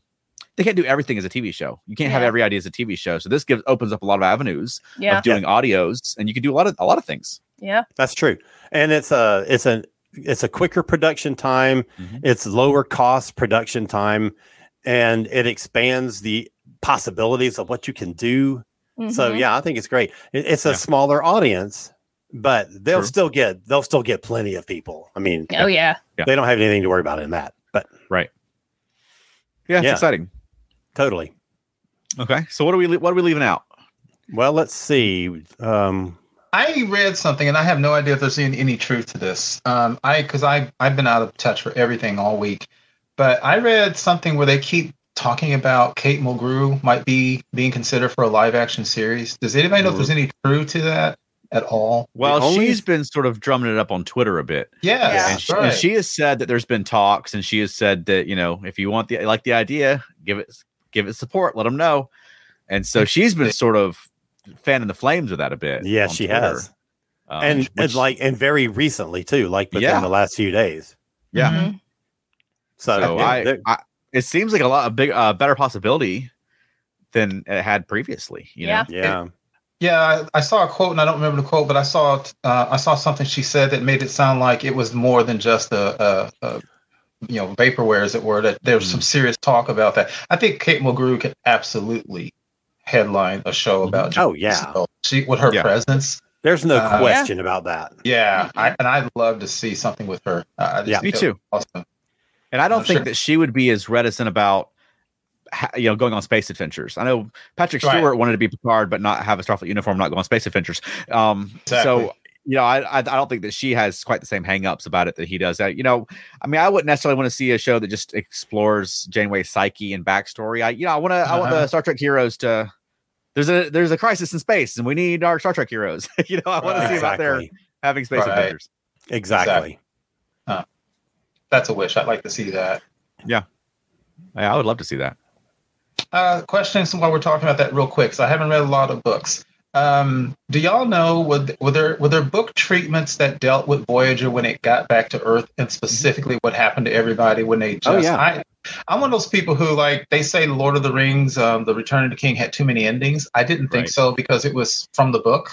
[SPEAKER 1] They can't do everything as a TV show. You can't have
[SPEAKER 4] Yeah.
[SPEAKER 1] every idea as a TV show. So this gives opens up a lot of avenues
[SPEAKER 4] yeah.
[SPEAKER 1] of doing audios, and you can do a lot of a lot of things.
[SPEAKER 4] Yeah.
[SPEAKER 3] That's true, and it's a it's a it's a quicker production time.
[SPEAKER 1] Mhm.
[SPEAKER 3] It's lower cost production time, and it expands the possibilities of what you can do. So
[SPEAKER 4] Mhm.
[SPEAKER 3] yeah, I think it's great. It, it's a
[SPEAKER 1] Mm-hmm. Yeah.
[SPEAKER 3] smaller audience, but they'll
[SPEAKER 1] True.
[SPEAKER 3] still get they'll still get plenty of people. I mean,
[SPEAKER 4] Oh yeah.
[SPEAKER 1] yeah.
[SPEAKER 3] they don't have anything to worry about in that. But
[SPEAKER 1] Yeah, it's
[SPEAKER 3] Yeah.
[SPEAKER 1] exciting.
[SPEAKER 3] totally.
[SPEAKER 1] Okay, so what are we le- what are we leaving out?
[SPEAKER 3] Well, let's see. Um,
[SPEAKER 2] I read something, and I have no idea if there's any, any truth to this. Um, I because I I've been out of touch for everything all week, but I read something where they keep talking about Kate Mulgrew might be being considered for a live action series. Does anybody
[SPEAKER 1] Mm-hmm.
[SPEAKER 2] know if there's any truth to that at all?
[SPEAKER 1] Well,
[SPEAKER 3] only-
[SPEAKER 1] she's been sort of drumming it up on Twitter a bit.
[SPEAKER 2] Yes,
[SPEAKER 4] Yeah.
[SPEAKER 1] and, she,
[SPEAKER 2] right.
[SPEAKER 1] and she has said that there's been talks, and she has said that you know if you want the like the idea, give it give it support, let them know. And so she's been sort of fanning the flames with that a bit. Uh,
[SPEAKER 3] yeah,
[SPEAKER 1] on
[SPEAKER 3] she
[SPEAKER 1] Twitter.
[SPEAKER 3] has,
[SPEAKER 1] Um,
[SPEAKER 3] and and
[SPEAKER 1] which-
[SPEAKER 3] like and very recently too, like within
[SPEAKER 1] Yeah.
[SPEAKER 3] the last few days.
[SPEAKER 1] yeah.
[SPEAKER 2] Mm-hmm.
[SPEAKER 4] Mhm.
[SPEAKER 3] So,
[SPEAKER 1] So
[SPEAKER 3] yeah,
[SPEAKER 1] I,
[SPEAKER 3] they're-
[SPEAKER 1] I, it seems like a lot of big, uh, better possibility than it had previously. You
[SPEAKER 4] Yeah.
[SPEAKER 1] know,
[SPEAKER 3] yeah.
[SPEAKER 2] Yeah, I, I saw a quote, and I don't remember the quote, but I saw uh, I saw something she said that made it sound like it was more than just a, a, a you know vaporware, as it were. That there was some serious talk about that. I think Kate Mulgrew could absolutely headline a show about.
[SPEAKER 3] Oh,
[SPEAKER 2] Jimmy
[SPEAKER 3] yeah.
[SPEAKER 2] Smith. she with her
[SPEAKER 1] Yeah.
[SPEAKER 2] presence.
[SPEAKER 3] There's no
[SPEAKER 2] Uh,
[SPEAKER 3] question about that.
[SPEAKER 2] Yeah, I, and I'd love to see something with her. I- I just
[SPEAKER 3] Yeah.
[SPEAKER 2] think
[SPEAKER 1] Me
[SPEAKER 2] that would
[SPEAKER 1] too.
[SPEAKER 2] be Awesome.
[SPEAKER 1] and I don't
[SPEAKER 2] Oh,
[SPEAKER 1] think
[SPEAKER 2] sure.
[SPEAKER 1] that she would be as reticent about. ha- You know, going on space adventures. I know Patrick
[SPEAKER 2] Right.
[SPEAKER 1] Stewart wanted to be Picard, but not have a Starfleet uniform, not go on space adventures. Um,
[SPEAKER 2] Exactly.
[SPEAKER 1] So, you know, I, I I don't think that she has quite the same hangups about it that he does. Uh, you know, I mean, I wouldn't necessarily want to see a show that just explores Janeway's psyche and backstory. I, you know, I want to, I want the
[SPEAKER 2] Uh-huh.
[SPEAKER 1] Star Trek heroes to. There's a there's a crisis in space, and we need our Star Trek heroes. you know, I want to
[SPEAKER 2] Right.
[SPEAKER 1] see about their
[SPEAKER 3] Exactly.
[SPEAKER 1] having space
[SPEAKER 2] Right.
[SPEAKER 1] adventures.
[SPEAKER 3] Exactly.
[SPEAKER 2] That's a wish. I'd like to see that.
[SPEAKER 1] Yeah, I would love to see that.
[SPEAKER 2] Uh, questions while we're talking about that real quick. So I haven't read a lot of books. Um, do y'all know were, were there were there book treatments that dealt with Voyager when it got back to Earth and specifically what happened to everybody when they just
[SPEAKER 3] Oh, yeah.
[SPEAKER 2] I I'm one of those people who like they say Lord of the Rings, um, The Return of the King had too many endings. I didn't think
[SPEAKER 1] Right.
[SPEAKER 2] so because it was from the book.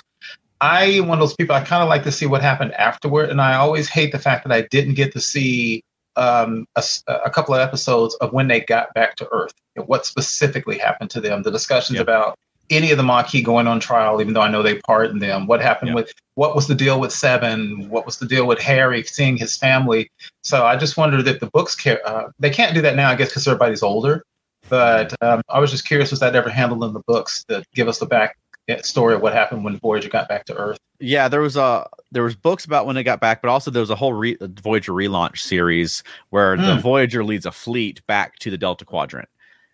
[SPEAKER 2] I am one of those people I kind of like to see what happened afterward, and I always hate the fact that I didn't get to see um, a, s- a couple of episodes of when they got back to Earth and what specifically happened to them. The discussions
[SPEAKER 1] Yeah.
[SPEAKER 2] about any of the Maquis going on trial, even though I know they pardoned them. What happened
[SPEAKER 1] Yeah.
[SPEAKER 2] with what was the deal with Seven? What was the deal with Harry seeing his family? So I just wondered if the books care. Uh, they can't do that now, I guess, because everybody's older. But um, I was just curious was that ever handled in the books to give us the back uh, story of what happened when Voyager got back to Earth?
[SPEAKER 1] Yeah, there was a there was books about when they got back, but also there was a whole re- Voyager relaunch series where the
[SPEAKER 2] Hmm.
[SPEAKER 1] Voyager leads a fleet back to the Delta Quadrant,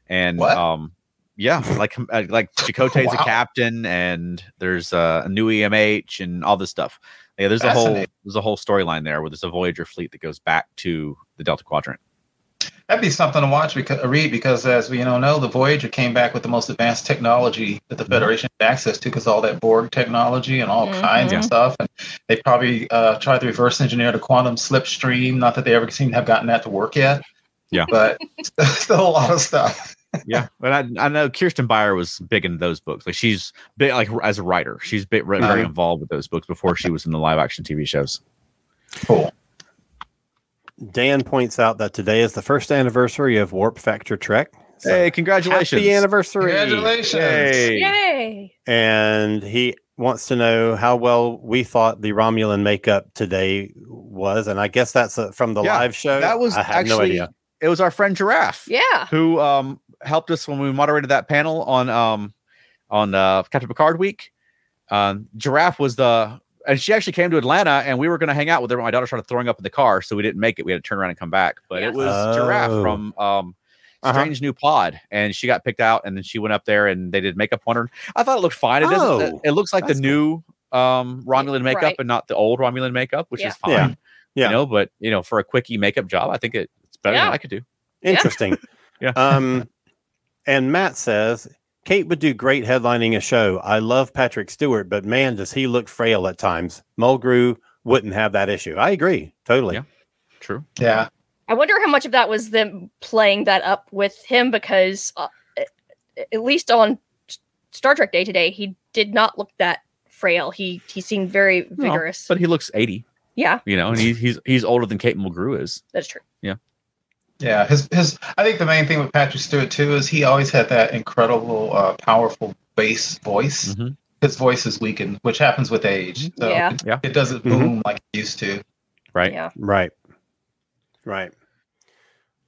[SPEAKER 1] and
[SPEAKER 2] What?
[SPEAKER 1] um, yeah, like uh, like Chakotay's
[SPEAKER 2] Wow.
[SPEAKER 1] a captain, and there's uh, a new EMH and all this stuff. Yeah, there's a whole
[SPEAKER 2] Fascinating.
[SPEAKER 1] there's a whole storyline there where there's a Voyager fleet that goes back to the Delta Quadrant.
[SPEAKER 2] That'd be something to watch because uh, read because as we you know know the Voyager came back with the most advanced technology that the Federation had access to because all that Borg technology and all
[SPEAKER 4] Mhm.
[SPEAKER 2] kinds of stuff and they probably uh, tried to reverse engineer the quantum slipstream. Not that they ever seem to have gotten that to work yet.
[SPEAKER 1] Yeah.
[SPEAKER 2] but still a lot of stuff.
[SPEAKER 1] yeah, but I, I know Kirsten Beyer was big in those books. Like she's big, like as a writer, she's big, very
[SPEAKER 2] Uh-huh.
[SPEAKER 1] involved with those books before she was in the live action TV shows.
[SPEAKER 2] Cool.
[SPEAKER 3] Dan points out that today is the first anniversary of Warp Factor Trek. So
[SPEAKER 1] hey, congratulations!
[SPEAKER 3] Happy anniversary!
[SPEAKER 2] Congratulations.
[SPEAKER 1] Yay.
[SPEAKER 4] Yay!
[SPEAKER 3] And he wants to know how well we thought the Romulan makeup today was, and I guess that's uh from the
[SPEAKER 1] Yeah,
[SPEAKER 3] live show.
[SPEAKER 1] That was
[SPEAKER 3] I had
[SPEAKER 1] actually
[SPEAKER 3] no idea.
[SPEAKER 1] it was our friend Giraffe
[SPEAKER 4] Yeah.
[SPEAKER 1] who um helped us when we moderated that panel on um on uh, Captain Picard week. Um, Giraffe was the and she actually came to Atlanta and we were going to hang out with her. but My daughter started throwing up in the car, so we didn't make it. We had to turn around and come back. But
[SPEAKER 4] Yeah.
[SPEAKER 1] it was Giraffe
[SPEAKER 3] Oh.
[SPEAKER 1] from um,
[SPEAKER 3] Uh-huh.
[SPEAKER 1] Strange New Pod, and she got picked out, and then she went up there and they did makeup on her. I thought it looked fine. It doesn't.
[SPEAKER 3] Oh,
[SPEAKER 1] It, it looks like the
[SPEAKER 3] that's
[SPEAKER 1] new um, Romulan makeup
[SPEAKER 4] right.
[SPEAKER 1] and not the old Romulan makeup, which
[SPEAKER 4] Yeah.
[SPEAKER 1] is fine.
[SPEAKER 3] Yeah. Yeah.
[SPEAKER 1] You know, but you know, for a quickie makeup job, I think it, it's better
[SPEAKER 4] Yeah.
[SPEAKER 1] than I could do.
[SPEAKER 4] Yeah.
[SPEAKER 3] Interesting.
[SPEAKER 1] Yeah.
[SPEAKER 3] Um, and Matt says Kate would do great headlining a show. I love Patrick Stewart, but man, does he look frail at times. Mulgrew wouldn't have that issue. I agree totally.
[SPEAKER 1] Yeah. True.
[SPEAKER 2] Yeah.
[SPEAKER 4] I wonder how much of that was them playing that up with him because, uh, a- at least on S- Star Trek Day today, he did not look that frail. He he seemed very vigorous.
[SPEAKER 1] But he looks 80,
[SPEAKER 4] yeah,
[SPEAKER 1] you know, and he's he's he's older than Kate Mulgrew is.
[SPEAKER 4] that's true.
[SPEAKER 2] Yeah, his his. I think the main thing with Patrick Stewart too is he always had that incredible, uh, powerful bass voice.
[SPEAKER 1] Mhm.
[SPEAKER 2] His voice is weakened, which happens with age. So
[SPEAKER 4] Yeah.
[SPEAKER 2] it,
[SPEAKER 1] Yeah.
[SPEAKER 2] it doesn't
[SPEAKER 3] Mhm.
[SPEAKER 2] boom like it used to.
[SPEAKER 1] Right.
[SPEAKER 4] Yeah.
[SPEAKER 3] Right. Right.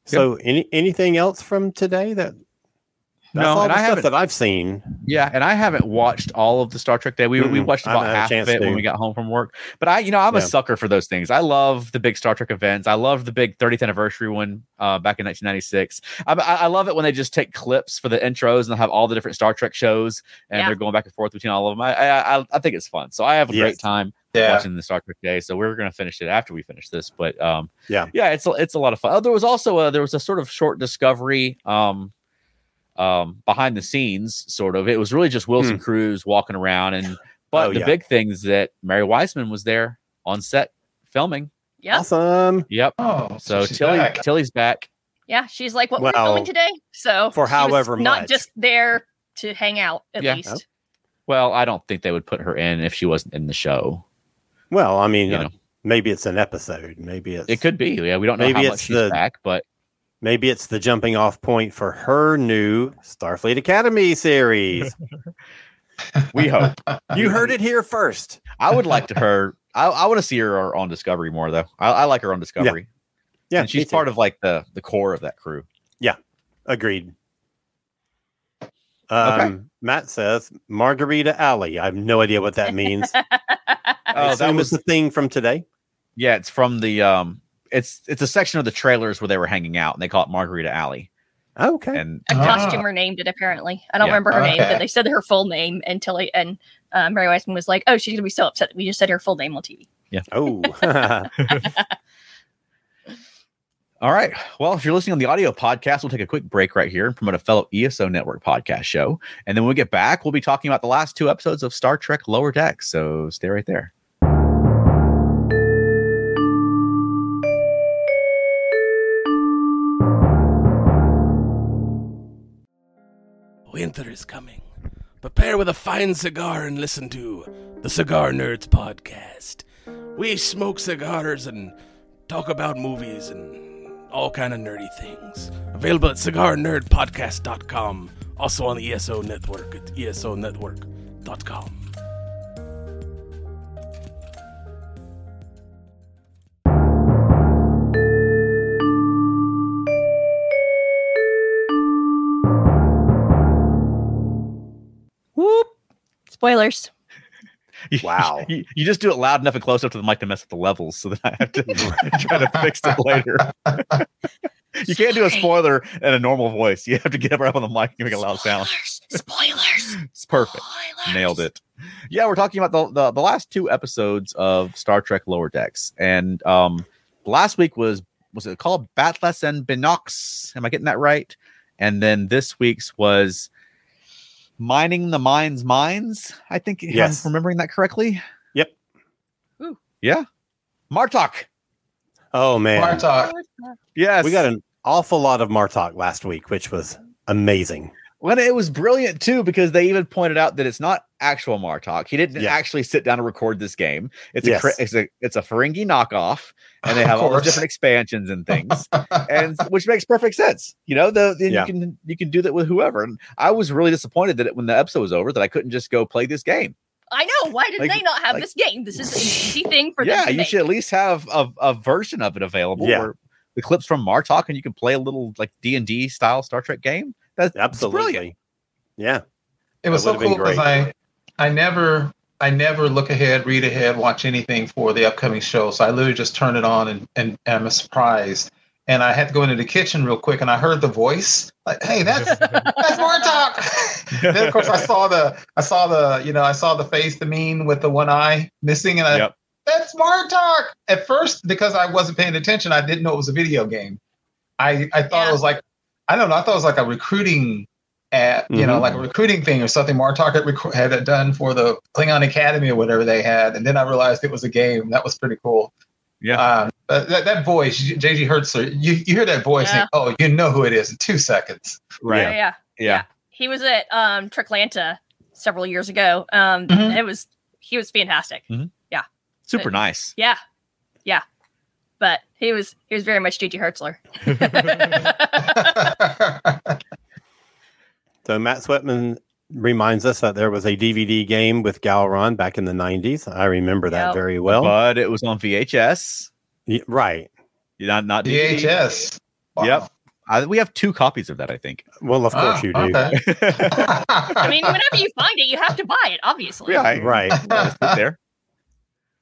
[SPEAKER 3] So any anything else from today that that's
[SPEAKER 1] No,
[SPEAKER 3] all
[SPEAKER 1] and
[SPEAKER 3] the
[SPEAKER 1] I
[SPEAKER 3] stuff
[SPEAKER 1] haven't.
[SPEAKER 3] that I've seen.
[SPEAKER 1] Yeah, and I haven't watched all of the Star Trek Day. We we
[SPEAKER 3] Mm-mm.
[SPEAKER 1] watched
[SPEAKER 3] I haven't
[SPEAKER 1] about
[SPEAKER 3] had a
[SPEAKER 1] half of
[SPEAKER 3] chance
[SPEAKER 1] it when
[SPEAKER 3] to.
[SPEAKER 1] we got home from work. But I, you know, I'm a
[SPEAKER 3] Yeah.
[SPEAKER 1] sucker for those things. I love the big Star Trek events. I love the big 30th anniversary one uh, back in 1996. I, I I love it when they just take clips for the intros and they'll have all the different Star Trek shows and
[SPEAKER 4] Yeah.
[SPEAKER 1] they're going back and forth between all of them. I I, I- I think it's fun. So I have a
[SPEAKER 3] Yes.
[SPEAKER 1] great time.
[SPEAKER 2] Yeah.
[SPEAKER 1] watching the Star Trek Day. So we're gonna finish it after we finish this, but um,
[SPEAKER 3] Yeah.
[SPEAKER 1] yeah, it's a, it's a lot of fun. Oh, there was also a, there was a sort of short discovery, um, um, behind the scenes, sort of. It was really just Wilson Cruz walking around, and but
[SPEAKER 3] Hmm. Oh,
[SPEAKER 1] the
[SPEAKER 3] yeah.
[SPEAKER 1] big thing is that Mary Weissman was there on set filming.
[SPEAKER 4] Yeah.
[SPEAKER 3] Awesome.
[SPEAKER 1] Yep.
[SPEAKER 2] Oh,
[SPEAKER 1] So
[SPEAKER 2] she's
[SPEAKER 1] Tilly
[SPEAKER 2] back.
[SPEAKER 1] Tilly's back.
[SPEAKER 4] Yeah. She's like, what
[SPEAKER 3] Well,
[SPEAKER 4] we're filming today. So
[SPEAKER 3] for
[SPEAKER 4] she was
[SPEAKER 3] however
[SPEAKER 4] not
[SPEAKER 3] much.
[SPEAKER 4] just there to hang out. At
[SPEAKER 1] Yeah. Oh.
[SPEAKER 4] least
[SPEAKER 1] Well, I don't think they would put her in if she wasn't in the show.
[SPEAKER 3] Well, I mean,
[SPEAKER 1] You
[SPEAKER 3] uh,
[SPEAKER 1] know.
[SPEAKER 3] maybe it's an episode. Maybe it's
[SPEAKER 1] It could be. Yeah, we don't know
[SPEAKER 3] Maybe
[SPEAKER 1] how
[SPEAKER 3] it's
[SPEAKER 1] much she's
[SPEAKER 3] the-
[SPEAKER 1] back, but
[SPEAKER 3] maybe it's the jumping off point for her new Starfleet Academy series.
[SPEAKER 1] we hope.
[SPEAKER 3] you heard it here first.
[SPEAKER 1] I would like to her. I, I want to see her on Discovery more though. I, I like her on Discovery.
[SPEAKER 3] Yeah,
[SPEAKER 1] and she's
[SPEAKER 3] me too.
[SPEAKER 1] part of like the the core of that crew.
[SPEAKER 3] Agreed. Um, Matt says Margarita Alley. I have no idea what that means. I
[SPEAKER 1] Oh, that
[SPEAKER 3] assume
[SPEAKER 1] was
[SPEAKER 3] it's the thing from today.
[SPEAKER 1] yeah. It's from the um. It's it's a section of the trailers where they were hanging out, and they call it Margarita Alley.
[SPEAKER 3] Okay.
[SPEAKER 1] And
[SPEAKER 4] a
[SPEAKER 2] Ah.
[SPEAKER 4] costumer named it. Apparently, I don't
[SPEAKER 1] Yeah.
[SPEAKER 4] remember her name,
[SPEAKER 2] Okay.
[SPEAKER 4] but they said her full name and Tilly and uh, Mary Weissman was like, oh, she's gonna be so upset. that We just said her full name on TV.
[SPEAKER 3] Oh,
[SPEAKER 1] all right, well, if you're listening on the audio podcast, we'll take a quick break right here and promote a fellow ESO Network podcast show, and then when we get back, we'll be talking about the last two episodes of Star Trek Lower Deck. So stay right there.
[SPEAKER 5] Winter is coming. Prepare with a fine cigar and listen to the Cigar Nerds podcast. We smoke cigars and talk about movies and all kind of nerdy things. Available at cigarnerdpodcast.com, also on the ESO network at esonetwork.com.
[SPEAKER 4] Whoop. Spoilers.
[SPEAKER 3] Wow.
[SPEAKER 1] You, you just do it loud enough and close up to the mic to mess up the levels so that I have to try to fix it later. you can't do a spoiler in a normal voice. You have to get right up on the mic and make a loud sound.
[SPEAKER 4] Spoilers.
[SPEAKER 1] It's perfect. Nailed it. Yeah, we're talking about the, the, the last two episodes of Star Trek Lower Decks. And um last week was was it called Batlas and Binox? Am I getting that right? And then this week's was Mining the Mines Mines. I think if
[SPEAKER 3] Yes.
[SPEAKER 1] I'm remembering that correctly.
[SPEAKER 3] Yep.
[SPEAKER 4] Ooh.
[SPEAKER 1] Yeah. Martok.
[SPEAKER 3] oh man,
[SPEAKER 2] Martok.
[SPEAKER 1] Yes.
[SPEAKER 3] we got an awful lot of Martok last week, which was amazing.
[SPEAKER 1] Well, it was brilliant too because they even pointed out that it's not actual Martok. He didn't
[SPEAKER 3] Yeah.
[SPEAKER 1] actually sit down and record this game. It's a
[SPEAKER 3] Yes.
[SPEAKER 1] cra- it's a it's a Ferengi knockoff, and they
[SPEAKER 2] Of
[SPEAKER 1] have all these
[SPEAKER 2] course.
[SPEAKER 1] different expansions and things, and which makes perfect sense. You know, the, then
[SPEAKER 3] Yeah.
[SPEAKER 1] you can you can do that with whoever. And I was really disappointed that it, when the episode was over, that I couldn't just go play this game.
[SPEAKER 4] I know. Why did
[SPEAKER 1] Like-
[SPEAKER 4] they not have
[SPEAKER 1] like-
[SPEAKER 4] this game? This is an easy thing for them
[SPEAKER 1] yeah,
[SPEAKER 4] to
[SPEAKER 1] you
[SPEAKER 4] make.
[SPEAKER 1] should at least have a, a version of it available.
[SPEAKER 3] Yeah.
[SPEAKER 1] Where the clips from Martok, and you can play a little like D and D style Star Trek game. That's brilliant.
[SPEAKER 3] Absolutely. Yeah.
[SPEAKER 2] It was
[SPEAKER 3] That
[SPEAKER 2] so
[SPEAKER 3] would've
[SPEAKER 2] cool
[SPEAKER 3] been
[SPEAKER 2] because I,
[SPEAKER 3] great.
[SPEAKER 2] I never, I never look ahead, read ahead, watch anything for the upcoming show. So I literally just turn it on and and, and I'm surprised. And I had to go into the kitchen real quick, and I heard the voice like, "Hey, that's that's more talk." then of course I saw the, I saw the, you know, I saw the face, the mean with the one eye missing, and I.
[SPEAKER 1] Yep.
[SPEAKER 2] That's Smart Talk. At first, because I wasn't paying attention, I didn't know it was a video game. I, I thought
[SPEAKER 4] Yeah.
[SPEAKER 2] it was like, I don't know, I thought it was like a recruiting ad, you
[SPEAKER 1] Mm-hmm.
[SPEAKER 2] know,
[SPEAKER 3] Mhm.
[SPEAKER 2] like a recruiting thing or something Martok had, rec- had it done for the Klingon Academy or whatever they had. And then I realized it was a game. That was pretty cool.
[SPEAKER 1] Yeah.
[SPEAKER 2] Um, but that, that voice, J- J.G. Hertzler, you, you hear that voice,
[SPEAKER 4] Yeah.
[SPEAKER 2] and, oh, you know who it is in two seconds.
[SPEAKER 4] Yeah,
[SPEAKER 1] Right.
[SPEAKER 4] yeah.
[SPEAKER 1] Yeah.
[SPEAKER 4] He was at um Triclanta several years ago. Um
[SPEAKER 2] Mhm.
[SPEAKER 4] and it was he was fantastic.
[SPEAKER 1] Super nice.
[SPEAKER 4] Yeah. Yeah. But he was he was very much Gigi Hertzler.
[SPEAKER 3] So Matt Sweatman reminds us that there was a DVD game with Galron back in the 90s. I remember that
[SPEAKER 4] Yep.
[SPEAKER 3] very well.
[SPEAKER 1] But it was on VHS.
[SPEAKER 3] Y- right.
[SPEAKER 1] Not not DVD.
[SPEAKER 2] DHS.
[SPEAKER 1] Yep. I, we have two copies of that, I think.
[SPEAKER 3] Well, of
[SPEAKER 2] Ah,
[SPEAKER 3] course you do.
[SPEAKER 4] I mean, whenever you find it, you have to buy it, obviously.
[SPEAKER 1] Yeah, I-
[SPEAKER 3] Right.
[SPEAKER 1] Let's put it there.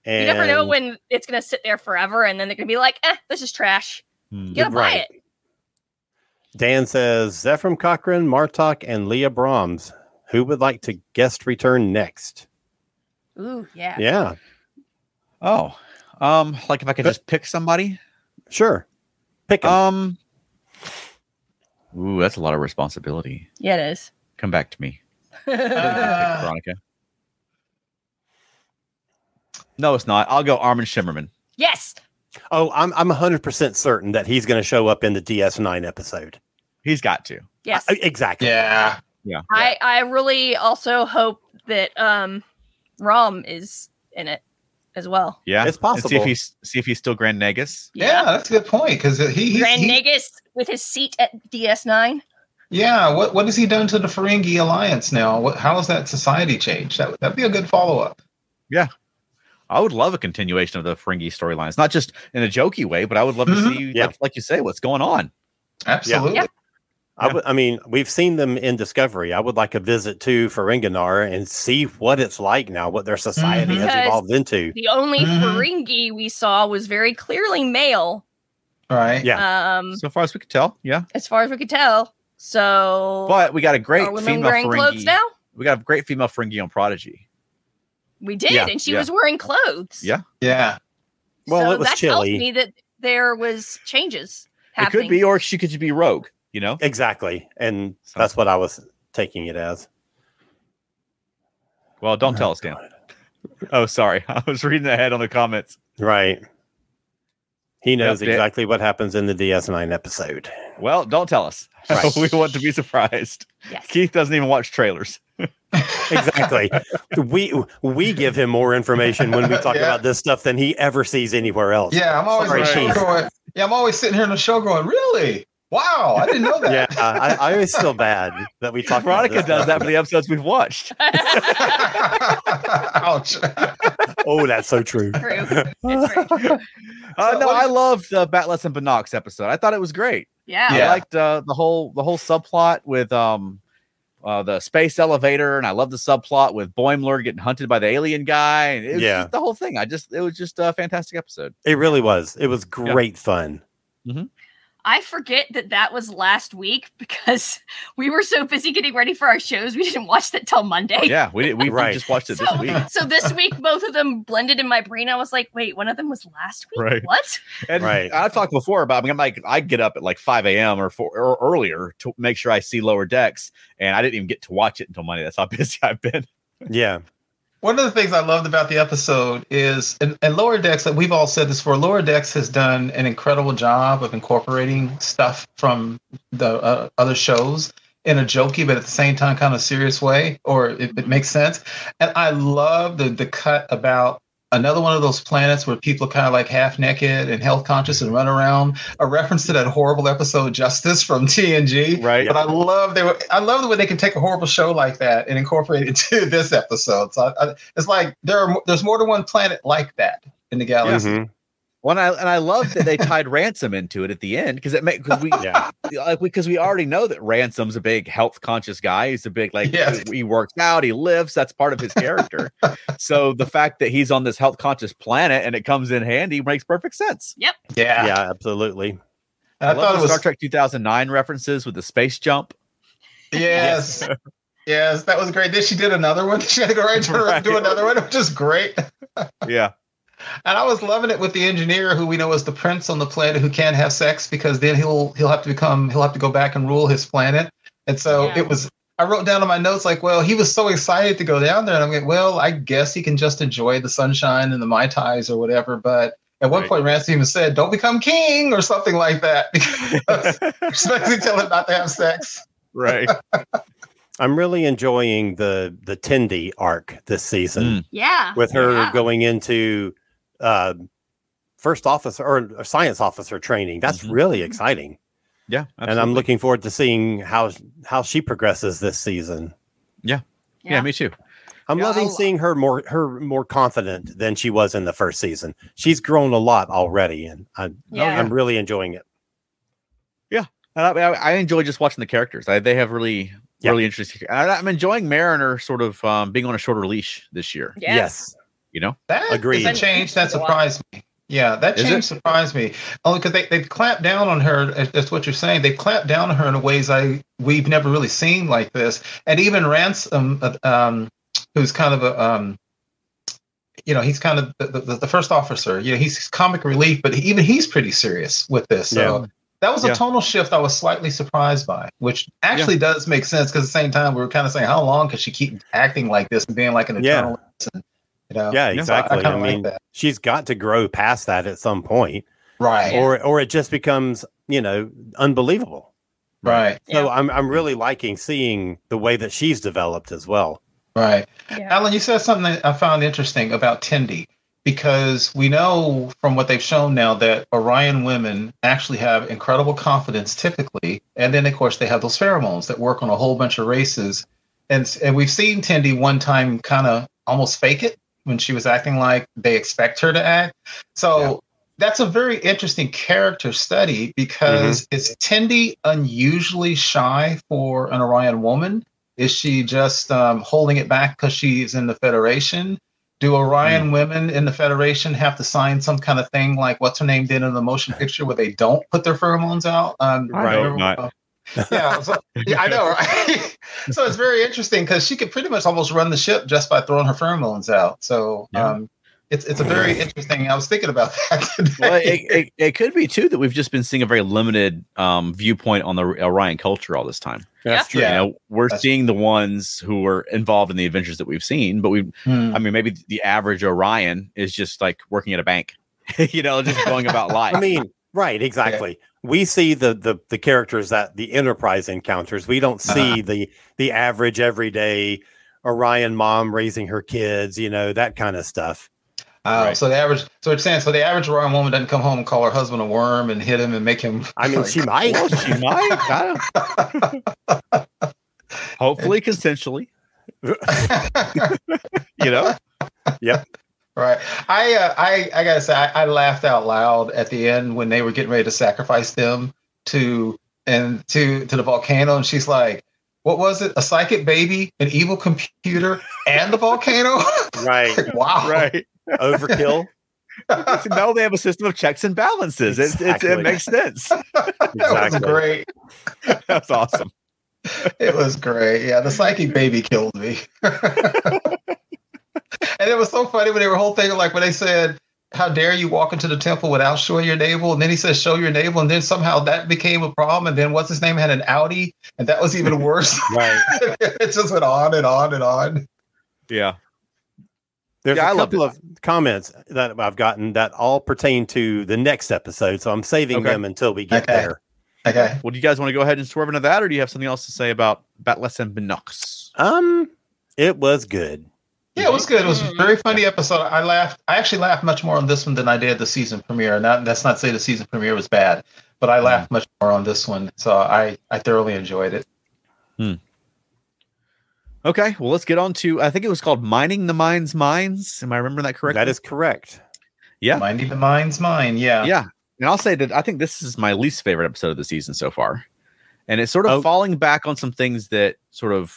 [SPEAKER 3] And
[SPEAKER 4] You never know when it's gonna sit there forever and then they're gonna be like, eh, this is trash.
[SPEAKER 1] Hmm.
[SPEAKER 4] You gotta buy
[SPEAKER 3] Right.
[SPEAKER 4] it.
[SPEAKER 3] Dan says Zephram Cochran, Martok, and Leah Brahms. Who would like to guest return next?
[SPEAKER 4] Ooh, yeah.
[SPEAKER 3] Yeah,
[SPEAKER 1] Oh, um, like if I could
[SPEAKER 3] Uh,
[SPEAKER 1] just pick somebody.
[SPEAKER 3] sure. Pick 'em.
[SPEAKER 1] Um, ooh, that's a lot of responsibility.
[SPEAKER 4] Yeah, it is.
[SPEAKER 1] Come back to me,
[SPEAKER 2] Uh,
[SPEAKER 1] Veronica. No, it's not. I'll go Armin Shimmerman.
[SPEAKER 4] Yes.
[SPEAKER 3] oh, I'm I'm 100% certain that he's going to show up in the DS9 episode.
[SPEAKER 1] He's got to.
[SPEAKER 4] Yes.
[SPEAKER 3] Uh, exactly.
[SPEAKER 2] yeah.
[SPEAKER 4] I, I really also hope that um Rom is in it as well.
[SPEAKER 1] Yeah,
[SPEAKER 3] It's
[SPEAKER 1] And see if
[SPEAKER 3] possible.
[SPEAKER 1] he's see if he's still Grand Negus.
[SPEAKER 2] Yeah, that's a good point because he, he,
[SPEAKER 4] Grand
[SPEAKER 2] he-
[SPEAKER 4] Negus with his seat at DS9.
[SPEAKER 2] yeah. What what has he done to the Ferengi Alliance now? What, how has that society changed? That would that'd be a good follow up.
[SPEAKER 1] I would love a continuation of the Ferengi storylines, not just in a jokey way, but I would love to
[SPEAKER 2] Mhm.
[SPEAKER 1] see,
[SPEAKER 3] Mm-hmm. Yeah.
[SPEAKER 1] like, like you say, what's going on.
[SPEAKER 2] Absolutely.
[SPEAKER 4] Yeah.
[SPEAKER 3] I
[SPEAKER 1] Yeah.
[SPEAKER 3] would- I mean, we've seen them in Discovery. I would like a visit to Ferenginar and see what it's like now, what their society
[SPEAKER 2] Mhm.
[SPEAKER 3] has
[SPEAKER 4] Mm-hmm. Because-
[SPEAKER 3] evolved into.
[SPEAKER 4] The only
[SPEAKER 2] Mhm.
[SPEAKER 4] Ferengi we saw was very clearly male,
[SPEAKER 2] Right.
[SPEAKER 3] Yeah.
[SPEAKER 4] um,
[SPEAKER 1] So far as we could tell, yeah.
[SPEAKER 4] as far as we could tell. So
[SPEAKER 1] But we got a great
[SPEAKER 4] are women
[SPEAKER 1] female
[SPEAKER 4] wearing
[SPEAKER 1] Ferengi.
[SPEAKER 4] clothes now?
[SPEAKER 1] We got a great female Ferengi on Prodigy.
[SPEAKER 4] We did,
[SPEAKER 3] Yeah,
[SPEAKER 4] and she
[SPEAKER 1] yeah.
[SPEAKER 4] was wearing clothes.
[SPEAKER 1] Yeah.
[SPEAKER 2] Yeah.
[SPEAKER 3] Well,
[SPEAKER 4] so
[SPEAKER 3] it was
[SPEAKER 4] that tells
[SPEAKER 3] chilly.
[SPEAKER 4] me that there was changes
[SPEAKER 1] It
[SPEAKER 4] happening.
[SPEAKER 1] could be, or she could be Rogue. You know,
[SPEAKER 3] Exactly. And
[SPEAKER 1] So-
[SPEAKER 3] that's what I was taking it as.
[SPEAKER 1] well, don't tell us, Dan. Oh, sorry, I was reading ahead on the comments.
[SPEAKER 3] Right. He knows
[SPEAKER 1] Yep, yeah.
[SPEAKER 3] exactly what happens in the DS9 episode.
[SPEAKER 1] Well, don't tell us.
[SPEAKER 3] Right.
[SPEAKER 1] we want to be surprised.
[SPEAKER 4] Yes.
[SPEAKER 1] Keith doesn't even watch trailers.
[SPEAKER 3] Exactly. we we give him more information when we talk
[SPEAKER 2] Yeah.
[SPEAKER 3] about this stuff than he ever sees anywhere else.
[SPEAKER 2] Yeah. I'm always
[SPEAKER 3] Sorry,
[SPEAKER 2] in the show
[SPEAKER 3] Chief.
[SPEAKER 2] going, yeah. I'm always sitting here in the show going, really? Wow, I didn't know
[SPEAKER 3] Yeah,
[SPEAKER 2] that.
[SPEAKER 3] I, I always feel bad that we talk.
[SPEAKER 1] Veronica
[SPEAKER 3] about this
[SPEAKER 1] does that
[SPEAKER 3] stuff.
[SPEAKER 1] for the episodes we've watched.
[SPEAKER 2] Ouch.
[SPEAKER 3] Oh, that's so true.
[SPEAKER 4] True. It's very true.
[SPEAKER 1] Uh,
[SPEAKER 2] So
[SPEAKER 1] no,
[SPEAKER 2] what
[SPEAKER 1] I
[SPEAKER 2] is-
[SPEAKER 1] loved the Batless and Binox episode. I thought it was great.
[SPEAKER 4] Yeah.
[SPEAKER 1] I
[SPEAKER 2] Yeah.
[SPEAKER 1] liked uh, the whole the whole subplot with um uh, the space elevator, and I love the subplot with Boimler getting hunted by the alien guy. And it was
[SPEAKER 3] Yeah.
[SPEAKER 1] just the whole thing. I just it was just a fantastic episode.
[SPEAKER 3] It really was. It was great fun.
[SPEAKER 4] I forget that that was last week because we were so busy getting ready for our shows, we didn't watch that till Monday.
[SPEAKER 1] Yeah, we did, we, we
[SPEAKER 3] Right.
[SPEAKER 1] just watched it
[SPEAKER 4] so,
[SPEAKER 1] this week,
[SPEAKER 4] so this week, both of them blended in my brain. I was like, wait, one of them was last week?
[SPEAKER 1] Right.
[SPEAKER 4] What?
[SPEAKER 1] and
[SPEAKER 3] Right.
[SPEAKER 1] I've talked before about. I mean, I'm like I get up at like 5 a.m. or four or earlier to make sure I see lower decks, and I didn't even get to watch it until Monday. That's how busy I've been.
[SPEAKER 3] Yeah.
[SPEAKER 2] One of the things I loved about the episode is, and, and Lower Decks, that we've all said this before, Lower Decks has done an incredible job of incorporating stuff from the uh, other shows in a jokey but at the same time kind of serious way, or it, it makes sense. And I love the the cut about another one of those planets where people are kind of like half naked and health conscious and run around. A reference to that horrible episode Justice from TNG.
[SPEAKER 3] Right.
[SPEAKER 2] But I love they were, I love the way they can take a horrible show like that and incorporate it to this episode. So I, I, it's like there are there's more than one planet like that in the galaxy.
[SPEAKER 3] Mhm.
[SPEAKER 1] Well, and I, and I love that they tied ransom into it at the end because it makes because we
[SPEAKER 3] Yeah.
[SPEAKER 1] like uh, because we already know that ransom's a big health conscious guy. He's a big like
[SPEAKER 2] Yes.
[SPEAKER 1] he, he works out, he lifts. That's part of his character. so the fact that he's on this health conscious planet and it comes in handy makes perfect sense.
[SPEAKER 2] Yeah.
[SPEAKER 3] Yeah, absolutely.
[SPEAKER 2] And I,
[SPEAKER 1] love
[SPEAKER 2] thought
[SPEAKER 1] the
[SPEAKER 2] it was
[SPEAKER 1] Star Trek 2009 references with the space jump.
[SPEAKER 2] Yes. Yes, that was great. Then she did another one. She had to go right to her and do
[SPEAKER 3] Right.
[SPEAKER 2] another one, which is great.
[SPEAKER 1] Yeah,
[SPEAKER 2] And I was loving it with the engineer who we know is the prince on the planet who can't have sex because then he'll he'll have to become he'll have to go back and rule his planet. And so
[SPEAKER 4] Yeah.
[SPEAKER 2] it was I wrote down in my notes like, well, he was so excited to go down there, and I'm like, well, I guess he can just enjoy the sunshine and the mai tais or whatever. But at one
[SPEAKER 3] Right.
[SPEAKER 2] point, Ransom even said, "Don't become king" or something like that because she's basically telling him not to have sex.
[SPEAKER 1] right.
[SPEAKER 3] I'm really enjoying the the Tindy arc this season.
[SPEAKER 1] Mm.
[SPEAKER 6] Yeah.
[SPEAKER 3] with her
[SPEAKER 6] Yeah.
[SPEAKER 3] going into uh, first officer or or science officer training. That's
[SPEAKER 1] Mhm.
[SPEAKER 3] really exciting,
[SPEAKER 1] Yeah,
[SPEAKER 3] and I'm
[SPEAKER 1] absolutely.
[SPEAKER 3] looking forward to seeing how how she progresses this season.
[SPEAKER 1] Yeah, me too.
[SPEAKER 3] I'm
[SPEAKER 1] Yeah,
[SPEAKER 3] loving
[SPEAKER 1] I'll-
[SPEAKER 3] seeing her more her more confident than she was in the first season. She's grown a lot already, and I'm,
[SPEAKER 4] Oh, Yeah.
[SPEAKER 3] I'm really enjoying it.
[SPEAKER 1] And I, I I enjoy just watching the characters. I, they have really,
[SPEAKER 3] Yeah.
[SPEAKER 1] really interesting. I, I'm enjoying Mariner sort of um, being on a shorter leash this year.
[SPEAKER 4] Yeah.
[SPEAKER 3] Yes,
[SPEAKER 1] You know,
[SPEAKER 2] That is
[SPEAKER 3] Agreed.
[SPEAKER 2] a change that surprised me. Yeah, that
[SPEAKER 1] Is it?
[SPEAKER 2] change surprised me. Only because they, they've clamped down on her, as- that's what you're saying. They clamped down on her in ways I we've never really seen like this. And even Ransom, uh, um, who's kind of a, um, you know, he's kind of the, the, the first officer. You know, he's comic relief, but even he's pretty serious with this. So that was a
[SPEAKER 1] Yeah.
[SPEAKER 2] tonal shift I was slightly surprised by, which actually does make sense because at the same time, we were kind of saying, how long could she keep acting like this and being like an
[SPEAKER 3] Yeah.
[SPEAKER 2] eternal lesson? You know?
[SPEAKER 3] yeah,
[SPEAKER 1] Yeah.
[SPEAKER 3] exactly.
[SPEAKER 2] I
[SPEAKER 3] I,
[SPEAKER 2] kinda like
[SPEAKER 3] mean,
[SPEAKER 2] that.
[SPEAKER 3] she's got to grow past that at some point,
[SPEAKER 2] Right.
[SPEAKER 3] or or it just becomes you know unbelievable.
[SPEAKER 2] Right,
[SPEAKER 3] So
[SPEAKER 4] Yeah.
[SPEAKER 3] I'm I'm really liking seeing the way that she's developed as well.
[SPEAKER 2] right.
[SPEAKER 4] Yeah.
[SPEAKER 2] Alan, you said something that I found interesting about Tindy because we know from what they've shown now that Orion women actually have incredible confidence typically. And then, of course, they have those pheromones that work on a whole bunch of races. And, s- and we've seen Tindy one time kind of almost fake it when she was acting like they expect her to act. So
[SPEAKER 3] Yeah.
[SPEAKER 2] that's a very interesting character study because
[SPEAKER 3] Mm-hmm.
[SPEAKER 2] is Tindy unusually shy for an Orion woman? Is she just um, holding it back because she's in the Federation? Do Orion
[SPEAKER 3] Mm.
[SPEAKER 2] women in the Federation have to sign some kind of thing like what's her name did in the motion picture where they don't put their pheromones out? Um,
[SPEAKER 3] I
[SPEAKER 1] hope
[SPEAKER 2] remember- uh,
[SPEAKER 1] not.
[SPEAKER 2] yeah, so, yeah, I know, right? so it's very interesting because she could pretty much almost run the ship just by throwing her pheromones out. So
[SPEAKER 1] Yeah.
[SPEAKER 2] um, it's it's a very interesting. I was thinking about that today.
[SPEAKER 1] well, it, it, it could be too that we've just been seeing a very limited um, viewpoint on the Orion culture all this time.
[SPEAKER 4] That's
[SPEAKER 1] You know, we're
[SPEAKER 2] That's-
[SPEAKER 1] seeing the ones who were involved in the adventures that we've seen, but we,
[SPEAKER 2] Hmm.
[SPEAKER 1] I mean, maybe the average Orion is just like working at a bank, you know, just going about life.
[SPEAKER 3] I mean, right, exactly. We see the the the characters that the Enterprise encounters. We don't
[SPEAKER 1] Uh-huh.
[SPEAKER 3] see the the average everyday Orion mom raising her kids, you know, that kind of stuff.
[SPEAKER 2] Uh,
[SPEAKER 1] Right.
[SPEAKER 2] So the average, so it's saying, so the average Orion woman doesn't come home and call her husband a worm and hit him and make him.
[SPEAKER 3] I mean,
[SPEAKER 2] like-
[SPEAKER 3] she might.
[SPEAKER 1] well, she might. I don't- Hopefully, consensually, you know.
[SPEAKER 2] Right. I uh, I I gotta say I, I laughed out loud at the end when they were getting ready to sacrifice them to and to to the volcano, and she's like, "What was it? A psychic baby, an evil computer, and the volcano?
[SPEAKER 3] Right.
[SPEAKER 2] Like, wow!
[SPEAKER 1] Right.
[SPEAKER 3] Overkill.
[SPEAKER 1] It's- no, they have a system of checks and balances. It's, it's,
[SPEAKER 3] Exactly.
[SPEAKER 1] it makes sense.
[SPEAKER 2] That was
[SPEAKER 3] Exactly.
[SPEAKER 2] great.
[SPEAKER 1] That's awesome.
[SPEAKER 2] It was great. Yeah, the psychic baby killed me. and it was so funny when they were whole thing like when they said, "How dare you walk into the temple without showing your navel?" And then he says, "Show your navel," and then somehow that became a problem. And then what's his name had an Audi, and that was even worse.
[SPEAKER 3] Right.
[SPEAKER 2] it just went on and on and on.
[SPEAKER 1] Yeah.
[SPEAKER 3] There's
[SPEAKER 1] Yeah, I
[SPEAKER 3] a
[SPEAKER 1] loved
[SPEAKER 3] couple of comments that I've gotten that all pertain to the next episode. So I'm saving
[SPEAKER 1] Okay.
[SPEAKER 3] them until we get
[SPEAKER 2] Okay.
[SPEAKER 3] there.
[SPEAKER 2] Okay.
[SPEAKER 1] Well, do you guys want to go ahead and swerve into that, or do you have something else to say about Batless and Binox?
[SPEAKER 3] Um, it was good.
[SPEAKER 2] Yeah, it was good. It was a very funny episode. I laughed. I actually laughed much more on this one than I did the season premiere. And that, that's not to say the season premiere was bad, but I laughed much more on this one. So I, I thoroughly enjoyed it.
[SPEAKER 1] Okay, well, let's get on to. I think it was called Mining the Mines Mines. Am I remembering that correctly?
[SPEAKER 3] That is correct.
[SPEAKER 1] Yeah.
[SPEAKER 2] Mind the mind's mine. Yeah.
[SPEAKER 1] yeah. And I'll say that I think this is my least favorite episode of the season so far. And it's sort of
[SPEAKER 3] Oh.
[SPEAKER 1] falling back on some things that sort of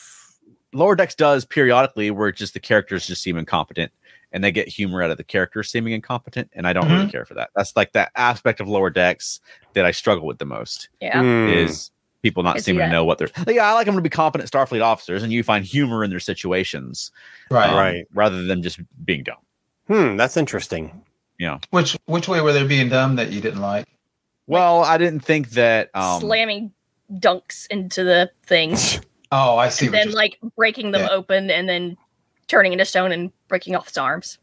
[SPEAKER 1] Lower Decks does periodically where just the characters just seem incompetent and they get humor out of the characters seeming incompetent. And I don't really care for that. That's like that aspect of Lower Decks that I struggle with the most
[SPEAKER 4] Yeah.
[SPEAKER 3] Mm.
[SPEAKER 1] is people not
[SPEAKER 4] Is
[SPEAKER 1] seeming to
[SPEAKER 4] that-
[SPEAKER 1] know what they're. Yeah, I like them to be competent Starfleet officers and you find humor in their situations
[SPEAKER 2] Right.
[SPEAKER 1] um,
[SPEAKER 3] Right.
[SPEAKER 1] rather than just being dumb.
[SPEAKER 3] Hmm, that's interesting.
[SPEAKER 2] Which which way were they being dumb that you didn't like?
[SPEAKER 1] Well, I didn't think that. Um,
[SPEAKER 4] Slamming dunks into the things,
[SPEAKER 2] Oh, I see.
[SPEAKER 4] and
[SPEAKER 2] What
[SPEAKER 4] then
[SPEAKER 2] you're
[SPEAKER 4] like breaking them
[SPEAKER 2] Yeah.
[SPEAKER 4] open, and then turning into stone and breaking off its arms.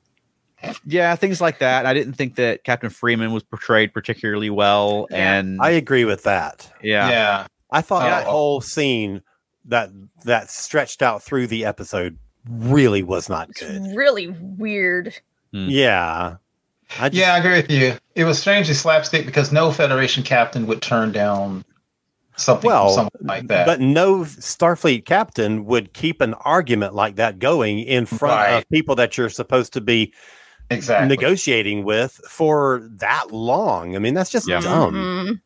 [SPEAKER 1] yeah, things like that. I didn't think that Captain Freeman was portrayed particularly well,
[SPEAKER 4] Yeah.
[SPEAKER 1] and
[SPEAKER 3] I agree with that.
[SPEAKER 1] yeah,
[SPEAKER 2] yeah.
[SPEAKER 3] I thought that
[SPEAKER 2] Oh.
[SPEAKER 3] whole scene that that stretched out through the episode really was not
[SPEAKER 4] It's
[SPEAKER 3] good.
[SPEAKER 4] really weird.
[SPEAKER 1] Mm.
[SPEAKER 3] Yeah. I just,
[SPEAKER 2] Hmm. Yeah, I agree with you. It was strangely slapstick because no Federation captain would turn down something
[SPEAKER 3] Well,
[SPEAKER 2] from someone like that.
[SPEAKER 3] But no Starfleet captain would keep an argument like that going in front
[SPEAKER 2] Right.
[SPEAKER 3] of people that you're supposed to be
[SPEAKER 2] exactly.
[SPEAKER 3] negotiating with for that long. I mean, that's just
[SPEAKER 1] Yeah.
[SPEAKER 3] dumb.
[SPEAKER 4] Mhm.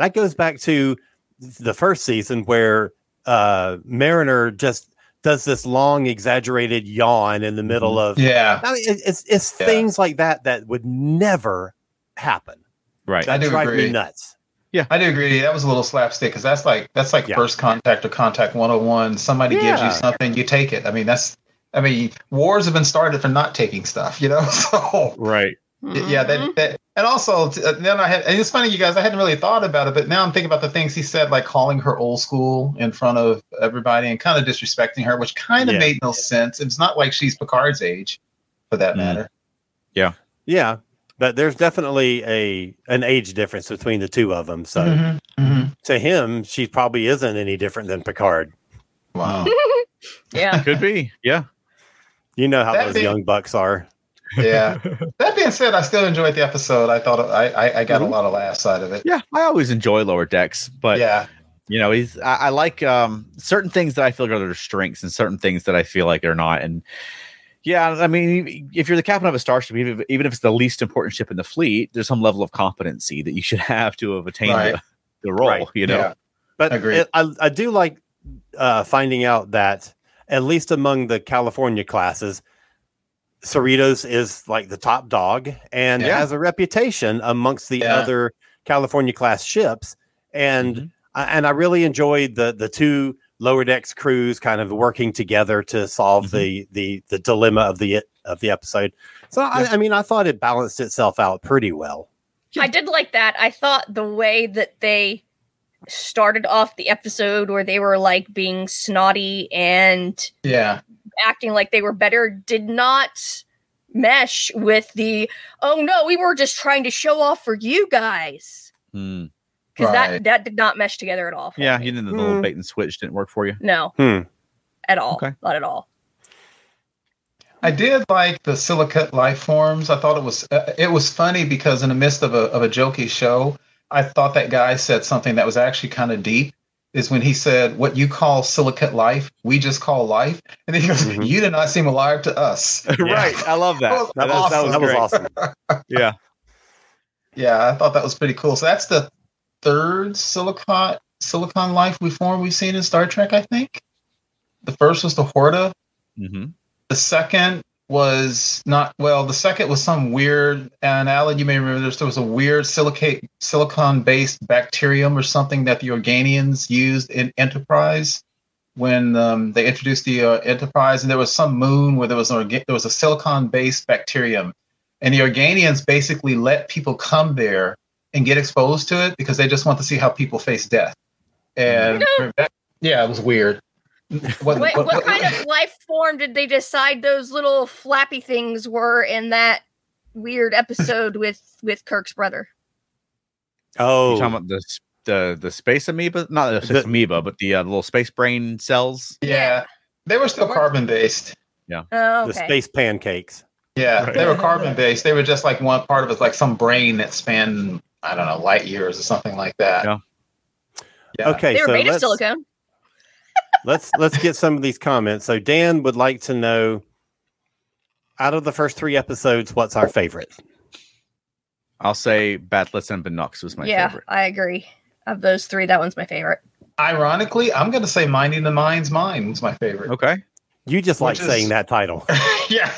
[SPEAKER 3] That goes back to the first season where uh, Mariner just does this long, exaggerated yawn in the middle
[SPEAKER 2] Mm-hmm.
[SPEAKER 3] of.
[SPEAKER 2] yeah.
[SPEAKER 3] I mean, it- it's it's
[SPEAKER 2] Yeah.
[SPEAKER 3] things like that that would never happen.
[SPEAKER 1] right.
[SPEAKER 2] I
[SPEAKER 3] That
[SPEAKER 2] do
[SPEAKER 3] drive me
[SPEAKER 2] agree.
[SPEAKER 3] nuts.
[SPEAKER 2] I do agree. That was a little slapstick because that's like that's like
[SPEAKER 3] Yeah.
[SPEAKER 2] first contact or contact 101. Somebody gives
[SPEAKER 3] Yeah.
[SPEAKER 2] you something, you take it. I mean, that's I mean, wars have been started for not taking stuff, you know. So
[SPEAKER 1] right.
[SPEAKER 4] Mm-hmm.
[SPEAKER 2] yeah, that, that and also t- uh, then I had and it's funny you guys, I hadn't really thought about it, but now I'm thinking about the things he said like calling her old school in front of everybody and kind of disrespecting her, which kind of
[SPEAKER 3] Yeah.
[SPEAKER 2] made no sense. It's not like she's Picard's age for that
[SPEAKER 1] Mm.
[SPEAKER 2] matter.
[SPEAKER 3] Yeah, but there's definitely a an age difference between the two of them. So
[SPEAKER 2] Mhm, mhm.
[SPEAKER 3] to him, she probably isn't any different than Picard.
[SPEAKER 2] Wow.
[SPEAKER 4] yeah.
[SPEAKER 1] Could be. Yeah.
[SPEAKER 3] You know how
[SPEAKER 2] That
[SPEAKER 3] those
[SPEAKER 2] being-
[SPEAKER 3] young bucks are.
[SPEAKER 2] yeah. That being said, I still enjoyed the episode. I thought I I, I got a lot of laughs out of it.
[SPEAKER 1] Yeah. I always enjoy lower decks, but
[SPEAKER 2] yeah.
[SPEAKER 1] you know, he's I, I like um certain things that I feel are their strengths and certain things that I feel like they're not. And yeah, I mean, e, if you're the captain of a starship, even if, even if it's the least important ship in the fleet, there's some level of competency that you should have to have attained
[SPEAKER 2] Right.
[SPEAKER 1] the, the role.
[SPEAKER 3] Right.
[SPEAKER 1] You know,
[SPEAKER 2] Yeah.
[SPEAKER 3] But
[SPEAKER 2] Agreed.
[SPEAKER 3] it- I, I do like uh, finding out that at least among the California classes, Cerritos is like the top dog and
[SPEAKER 2] Yeah.
[SPEAKER 3] has a reputation amongst the
[SPEAKER 2] Yeah.
[SPEAKER 3] other California class ships. And
[SPEAKER 1] Mhm.
[SPEAKER 3] I, and I really enjoyed the the two lower decks crews kind of working together to solve
[SPEAKER 1] Mm-hmm.
[SPEAKER 3] the the the dilemma of the of the episode. So I, I mean, I thought it balanced itself out pretty well.
[SPEAKER 4] I did like that. I thought the way that they started off the episode where they were like being snotty and
[SPEAKER 2] Yeah.
[SPEAKER 4] acting like they were better did not mesh with the oh no, we were just trying to show off for you guys.
[SPEAKER 1] Mm.
[SPEAKER 4] Because
[SPEAKER 2] Right.
[SPEAKER 4] that that did not mesh together at all. for
[SPEAKER 1] Yeah,
[SPEAKER 4] me.
[SPEAKER 1] you didn't. The little
[SPEAKER 3] Hmm.
[SPEAKER 1] bait and switch didn't work for you.
[SPEAKER 4] No.
[SPEAKER 3] Hmm.
[SPEAKER 4] At all.
[SPEAKER 1] Okay.
[SPEAKER 4] Not at all.
[SPEAKER 2] I did like the silicate life forms. I thought it was uh, it was funny because in the midst of a of a jokey show, I thought that guy said something that was actually kind of deep. Is when he said, "What you call silicate life, we just call life," and then he goes,
[SPEAKER 3] Mhm.
[SPEAKER 2] "You do not seem alive to us."
[SPEAKER 1] right. I love that.
[SPEAKER 2] That
[SPEAKER 3] Oh.
[SPEAKER 2] was
[SPEAKER 1] That, was- that was
[SPEAKER 3] That was
[SPEAKER 1] great.
[SPEAKER 3] awesome.
[SPEAKER 1] Yeah.
[SPEAKER 2] Yeah, I thought that was pretty cool. So that's the third silicon silicon life we form we've seen in Star Trek. I think the first was the Horta.
[SPEAKER 1] hmm
[SPEAKER 2] The second was not well. The second was some weird. And Alan, you may remember this. There was a weird silicate silicon-based bacterium or something that the Organians used in Enterprise when um, they introduced the uh, Enterprise. And there was some moon where there was an orga- there was a silicon-based bacterium, and the Organians basically let people come there and get exposed to it because they just want to see how people face death. And yeah, it was weird. What,
[SPEAKER 4] What, what kind of life form did they decide those little flappy things were in that weird episode with with Kirk's brother?
[SPEAKER 1] You
[SPEAKER 3] Oh,
[SPEAKER 1] talking about the the the space amoeba, not the, space
[SPEAKER 3] The-
[SPEAKER 1] amoeba, but the uh, little space brain cells.
[SPEAKER 2] Yeah.
[SPEAKER 4] Yeah.
[SPEAKER 2] They were still carbon based.
[SPEAKER 4] Oh,
[SPEAKER 3] The
[SPEAKER 4] okay.
[SPEAKER 3] space pancakes.
[SPEAKER 2] Yeah,
[SPEAKER 1] Right.
[SPEAKER 2] they were carbon based. They were just like one part of it's like some brain that spanned I don't know light years or something like that.
[SPEAKER 1] Yeah.
[SPEAKER 2] Yeah.
[SPEAKER 3] Okay,
[SPEAKER 4] they were
[SPEAKER 3] so
[SPEAKER 4] made of
[SPEAKER 3] let's,
[SPEAKER 4] silicone.
[SPEAKER 3] let's let's get some of these comments. So Dan would like to know, out of the first three episodes, what's our favorite?
[SPEAKER 1] I'll say Batless and Binox was my
[SPEAKER 4] yeah,
[SPEAKER 1] favorite.
[SPEAKER 4] I agree. Of those three, that one's my favorite.
[SPEAKER 2] Ironically, I'm going to say "Minding the Mind's Mind" was my favorite.
[SPEAKER 1] Okay.
[SPEAKER 3] You just like
[SPEAKER 2] Which is-
[SPEAKER 3] saying that title.
[SPEAKER 2] yeah,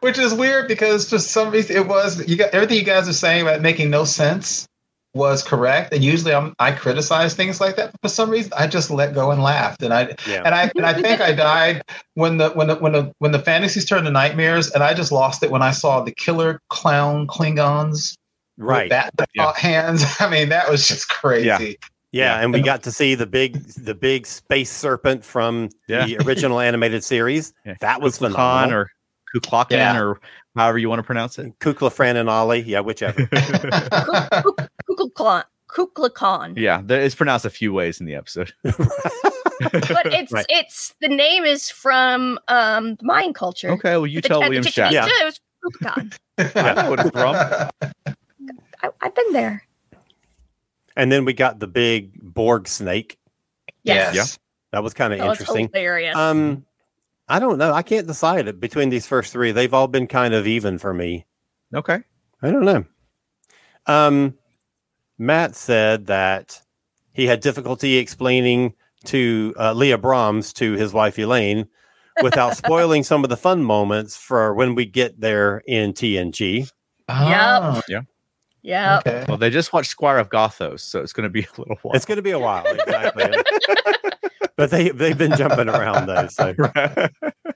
[SPEAKER 2] which is weird because for some reason it was you got everything you guys are saying about making no sense was correct, and usually I'm, I criticize things like that. But for some reason, I just let go and laughed, and I
[SPEAKER 3] Yeah.
[SPEAKER 2] and I and I think I died when the when the when the when the fantasies turned to nightmares, and I just lost it when I saw the killer clown Klingons with
[SPEAKER 3] Right.
[SPEAKER 2] That the
[SPEAKER 1] Yeah.
[SPEAKER 2] hands. I mean, that was just crazy.
[SPEAKER 1] Yeah.
[SPEAKER 3] Yeah,
[SPEAKER 1] Yeah.
[SPEAKER 3] and we got to see the big the big space serpent from
[SPEAKER 1] Yeah.
[SPEAKER 3] the original animated series.
[SPEAKER 1] Yeah.
[SPEAKER 3] That was
[SPEAKER 1] Khan
[SPEAKER 3] phenomenal.
[SPEAKER 1] or Kuklakan
[SPEAKER 2] Yeah.
[SPEAKER 1] or however you want to pronounce it.
[SPEAKER 3] Kukla Fran and Ollie, yeah, whichever.
[SPEAKER 4] Kukulkan. Kukulkan.
[SPEAKER 1] Yeah, there, it's pronounced a few ways in the episode.
[SPEAKER 4] But it's
[SPEAKER 3] Right.
[SPEAKER 4] it's the name is from um Mayan culture.
[SPEAKER 1] Okay, well, you
[SPEAKER 4] The-
[SPEAKER 1] tell
[SPEAKER 4] at the
[SPEAKER 1] William Shatner.
[SPEAKER 4] Chichen
[SPEAKER 3] Yeah.
[SPEAKER 4] Itza, it was oh, Kukulkan.
[SPEAKER 1] I know what it's from.
[SPEAKER 4] I, I've been there.
[SPEAKER 3] and then we got the big Borg snake.
[SPEAKER 4] Yes.
[SPEAKER 2] Yes.
[SPEAKER 3] That was kind of
[SPEAKER 4] That was
[SPEAKER 3] interesting.
[SPEAKER 4] hilarious.
[SPEAKER 3] Um I don't know. I can't decide it between these first three. They've all been kind of even for me.
[SPEAKER 1] Okay.
[SPEAKER 3] I don't know. Um, Matt said that he had difficulty explaining to uh, Leah Brahms to his wife Elaine without spoiling some of the fun moments for when we get there in TNG.
[SPEAKER 2] Oh,
[SPEAKER 4] yeah.
[SPEAKER 2] Okay.
[SPEAKER 1] Well, they just watched Squire of Gothos, so it's going to be a little while.
[SPEAKER 3] It's going to be a while, exactly. but they they've been jumping around though. So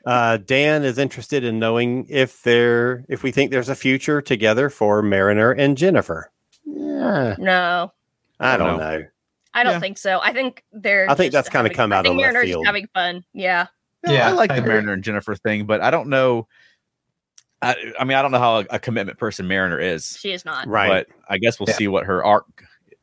[SPEAKER 3] uh, Dan is interested in knowing if there if we think there's a future together for Mariner and Jennifer. Yeah,
[SPEAKER 4] No,
[SPEAKER 3] I
[SPEAKER 1] Don't
[SPEAKER 3] don't know.
[SPEAKER 4] I don't
[SPEAKER 1] Yeah.
[SPEAKER 4] think so. I think they're.
[SPEAKER 3] I think
[SPEAKER 4] just
[SPEAKER 3] that's kinda
[SPEAKER 4] having-
[SPEAKER 3] come
[SPEAKER 4] I
[SPEAKER 3] out
[SPEAKER 4] think
[SPEAKER 3] of left
[SPEAKER 4] Mariner's
[SPEAKER 3] field.
[SPEAKER 4] having fun. Yeah.
[SPEAKER 1] No,
[SPEAKER 2] Yeah,
[SPEAKER 1] I like
[SPEAKER 2] I
[SPEAKER 1] the
[SPEAKER 2] agree.
[SPEAKER 1] Mariner and Jennifer thing, but I don't know. I, I mean, I don't know how a, a commitment person Mariner is,
[SPEAKER 4] She is not.
[SPEAKER 3] Right.
[SPEAKER 1] but I guess we'll
[SPEAKER 2] Yeah.
[SPEAKER 1] see what her arc,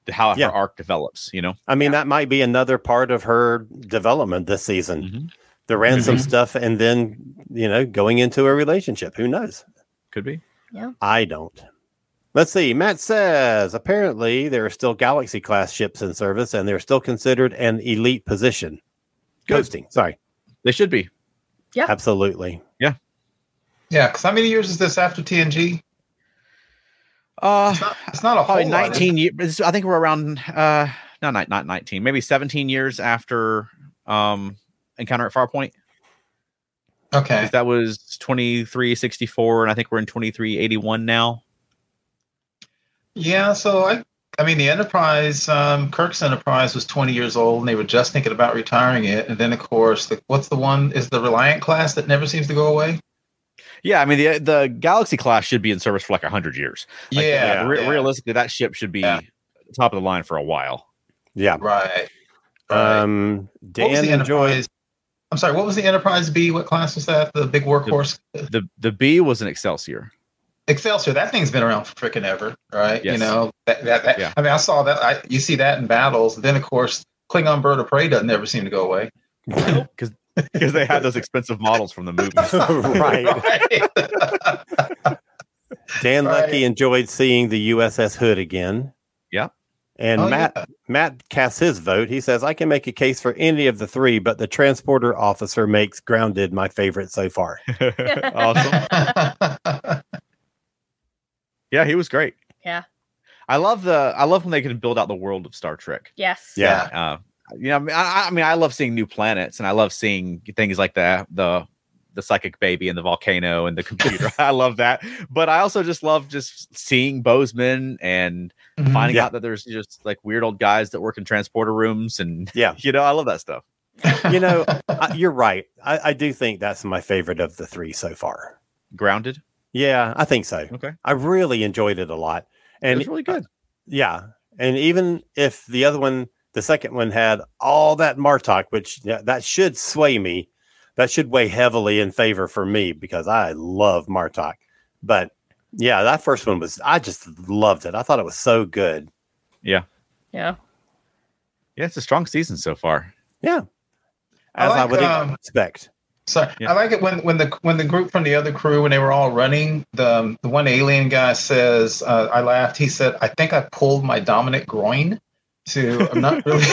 [SPEAKER 1] how
[SPEAKER 3] Yeah.
[SPEAKER 1] her arc develops. You know,
[SPEAKER 3] I mean, that might be another part of her development this season
[SPEAKER 2] Mm-hmm.
[SPEAKER 1] Mhm.
[SPEAKER 3] the ransom stuff, and then, you know, going into a relationship. Who knows?
[SPEAKER 1] could be.
[SPEAKER 3] I don't. Let's see. Matt says apparently there are still Galaxy class ships in service and they're still considered an elite position.
[SPEAKER 1] Good.
[SPEAKER 3] Coasting. Sorry.
[SPEAKER 1] They should be.
[SPEAKER 4] Yeah.
[SPEAKER 3] Absolutely.
[SPEAKER 2] Yeah, because how many years is this after TNG?
[SPEAKER 1] Uh,
[SPEAKER 2] It's not, it's not a
[SPEAKER 1] probably
[SPEAKER 2] whole lot, is it?
[SPEAKER 1] 19 years. I think we're around, uh, no, not, not 19, maybe 17 years after um, Encounter at Farpoint.
[SPEAKER 2] Okay.
[SPEAKER 1] Because that was 2364, and I think we're in 2381 now.
[SPEAKER 2] Yeah, so I I mean the Enterprise, um, Kirk's Enterprise was 20 years old and they were just thinking about retiring it. And then of course the, what's the one is the Reliant class that never seems to go away?
[SPEAKER 1] Yeah, I mean, the the Galaxy class should be in service for like 100 years. Like,
[SPEAKER 2] yeah,
[SPEAKER 1] re-
[SPEAKER 2] yeah,
[SPEAKER 1] Realistically, that ship should be
[SPEAKER 2] Yeah.
[SPEAKER 1] top of the line for a while.
[SPEAKER 3] Yeah.
[SPEAKER 2] Right. right.
[SPEAKER 3] Um,
[SPEAKER 2] what was
[SPEAKER 3] Dan
[SPEAKER 2] the
[SPEAKER 3] enjoyed.
[SPEAKER 2] Enterprise? I'm sorry, what was the Enterprise B? What class was that? The big workhorse
[SPEAKER 1] The the B was an Excelsior.
[SPEAKER 2] Excelsior, that thing's been around for freaking ever, right? You
[SPEAKER 1] Yes.
[SPEAKER 2] know, that, that, that
[SPEAKER 1] Yeah.
[SPEAKER 2] I mean I saw that I, you see that in battles, then of course Klingon Bird of Prey doesn't never seem to go away.
[SPEAKER 1] Because because they had those expensive models from the movies.
[SPEAKER 3] right.
[SPEAKER 2] Right.
[SPEAKER 3] Dan
[SPEAKER 2] Right.
[SPEAKER 3] Lucky enjoyed seeing the USS Hood again.
[SPEAKER 1] Yeah.
[SPEAKER 3] And
[SPEAKER 2] Oh,
[SPEAKER 3] Matt
[SPEAKER 2] yeah.
[SPEAKER 3] Matt casts his vote. He says, I can make a case for any of the three, but the transporter officer makes grounded my favorite so far.
[SPEAKER 1] awesome. Yeah, he was great.
[SPEAKER 4] Yeah.
[SPEAKER 1] I love the I love when they can build out the world of Star Trek.
[SPEAKER 4] Yes.
[SPEAKER 3] Yeah.
[SPEAKER 1] Uh, you know, I mean, I, I mean, I love seeing new planets, and I love seeing things like the the the psychic baby and the volcano and the computer. I love that, but I also just love just seeing Bozeman and
[SPEAKER 2] Mhm.
[SPEAKER 1] finding
[SPEAKER 3] Mm-hmm. Yeah.
[SPEAKER 1] out that there's just like weird old guys that work in transporter rooms, and
[SPEAKER 3] Yeah.
[SPEAKER 1] you know, I love that stuff.
[SPEAKER 3] You know, I, you're right. I, I do think that's my favorite of the three so far.
[SPEAKER 1] Grounded,
[SPEAKER 3] Yeah, I think so.
[SPEAKER 1] okay,
[SPEAKER 3] I really enjoyed it a lot. And
[SPEAKER 1] it's really good.
[SPEAKER 3] yeah. And even if the other one, the second one had all that Martok, which yeah, that should sway me, that should weigh heavily in favor for me because I love Martok. But yeah, that first one was, I just loved it. I thought it was so good.
[SPEAKER 4] Yeah.
[SPEAKER 1] Yeah, it's a strong season so far.
[SPEAKER 3] Yeah.
[SPEAKER 2] I
[SPEAKER 3] As I,
[SPEAKER 2] like,
[SPEAKER 3] would
[SPEAKER 2] um,
[SPEAKER 3] expect.
[SPEAKER 2] Sorry,
[SPEAKER 1] Yeah.
[SPEAKER 2] I like it when when the when the group from the other crew when they were all running, the um, the one alien guy says, uh, "I laughed." He said, "I think I pulled my dominant groin." To I'm not really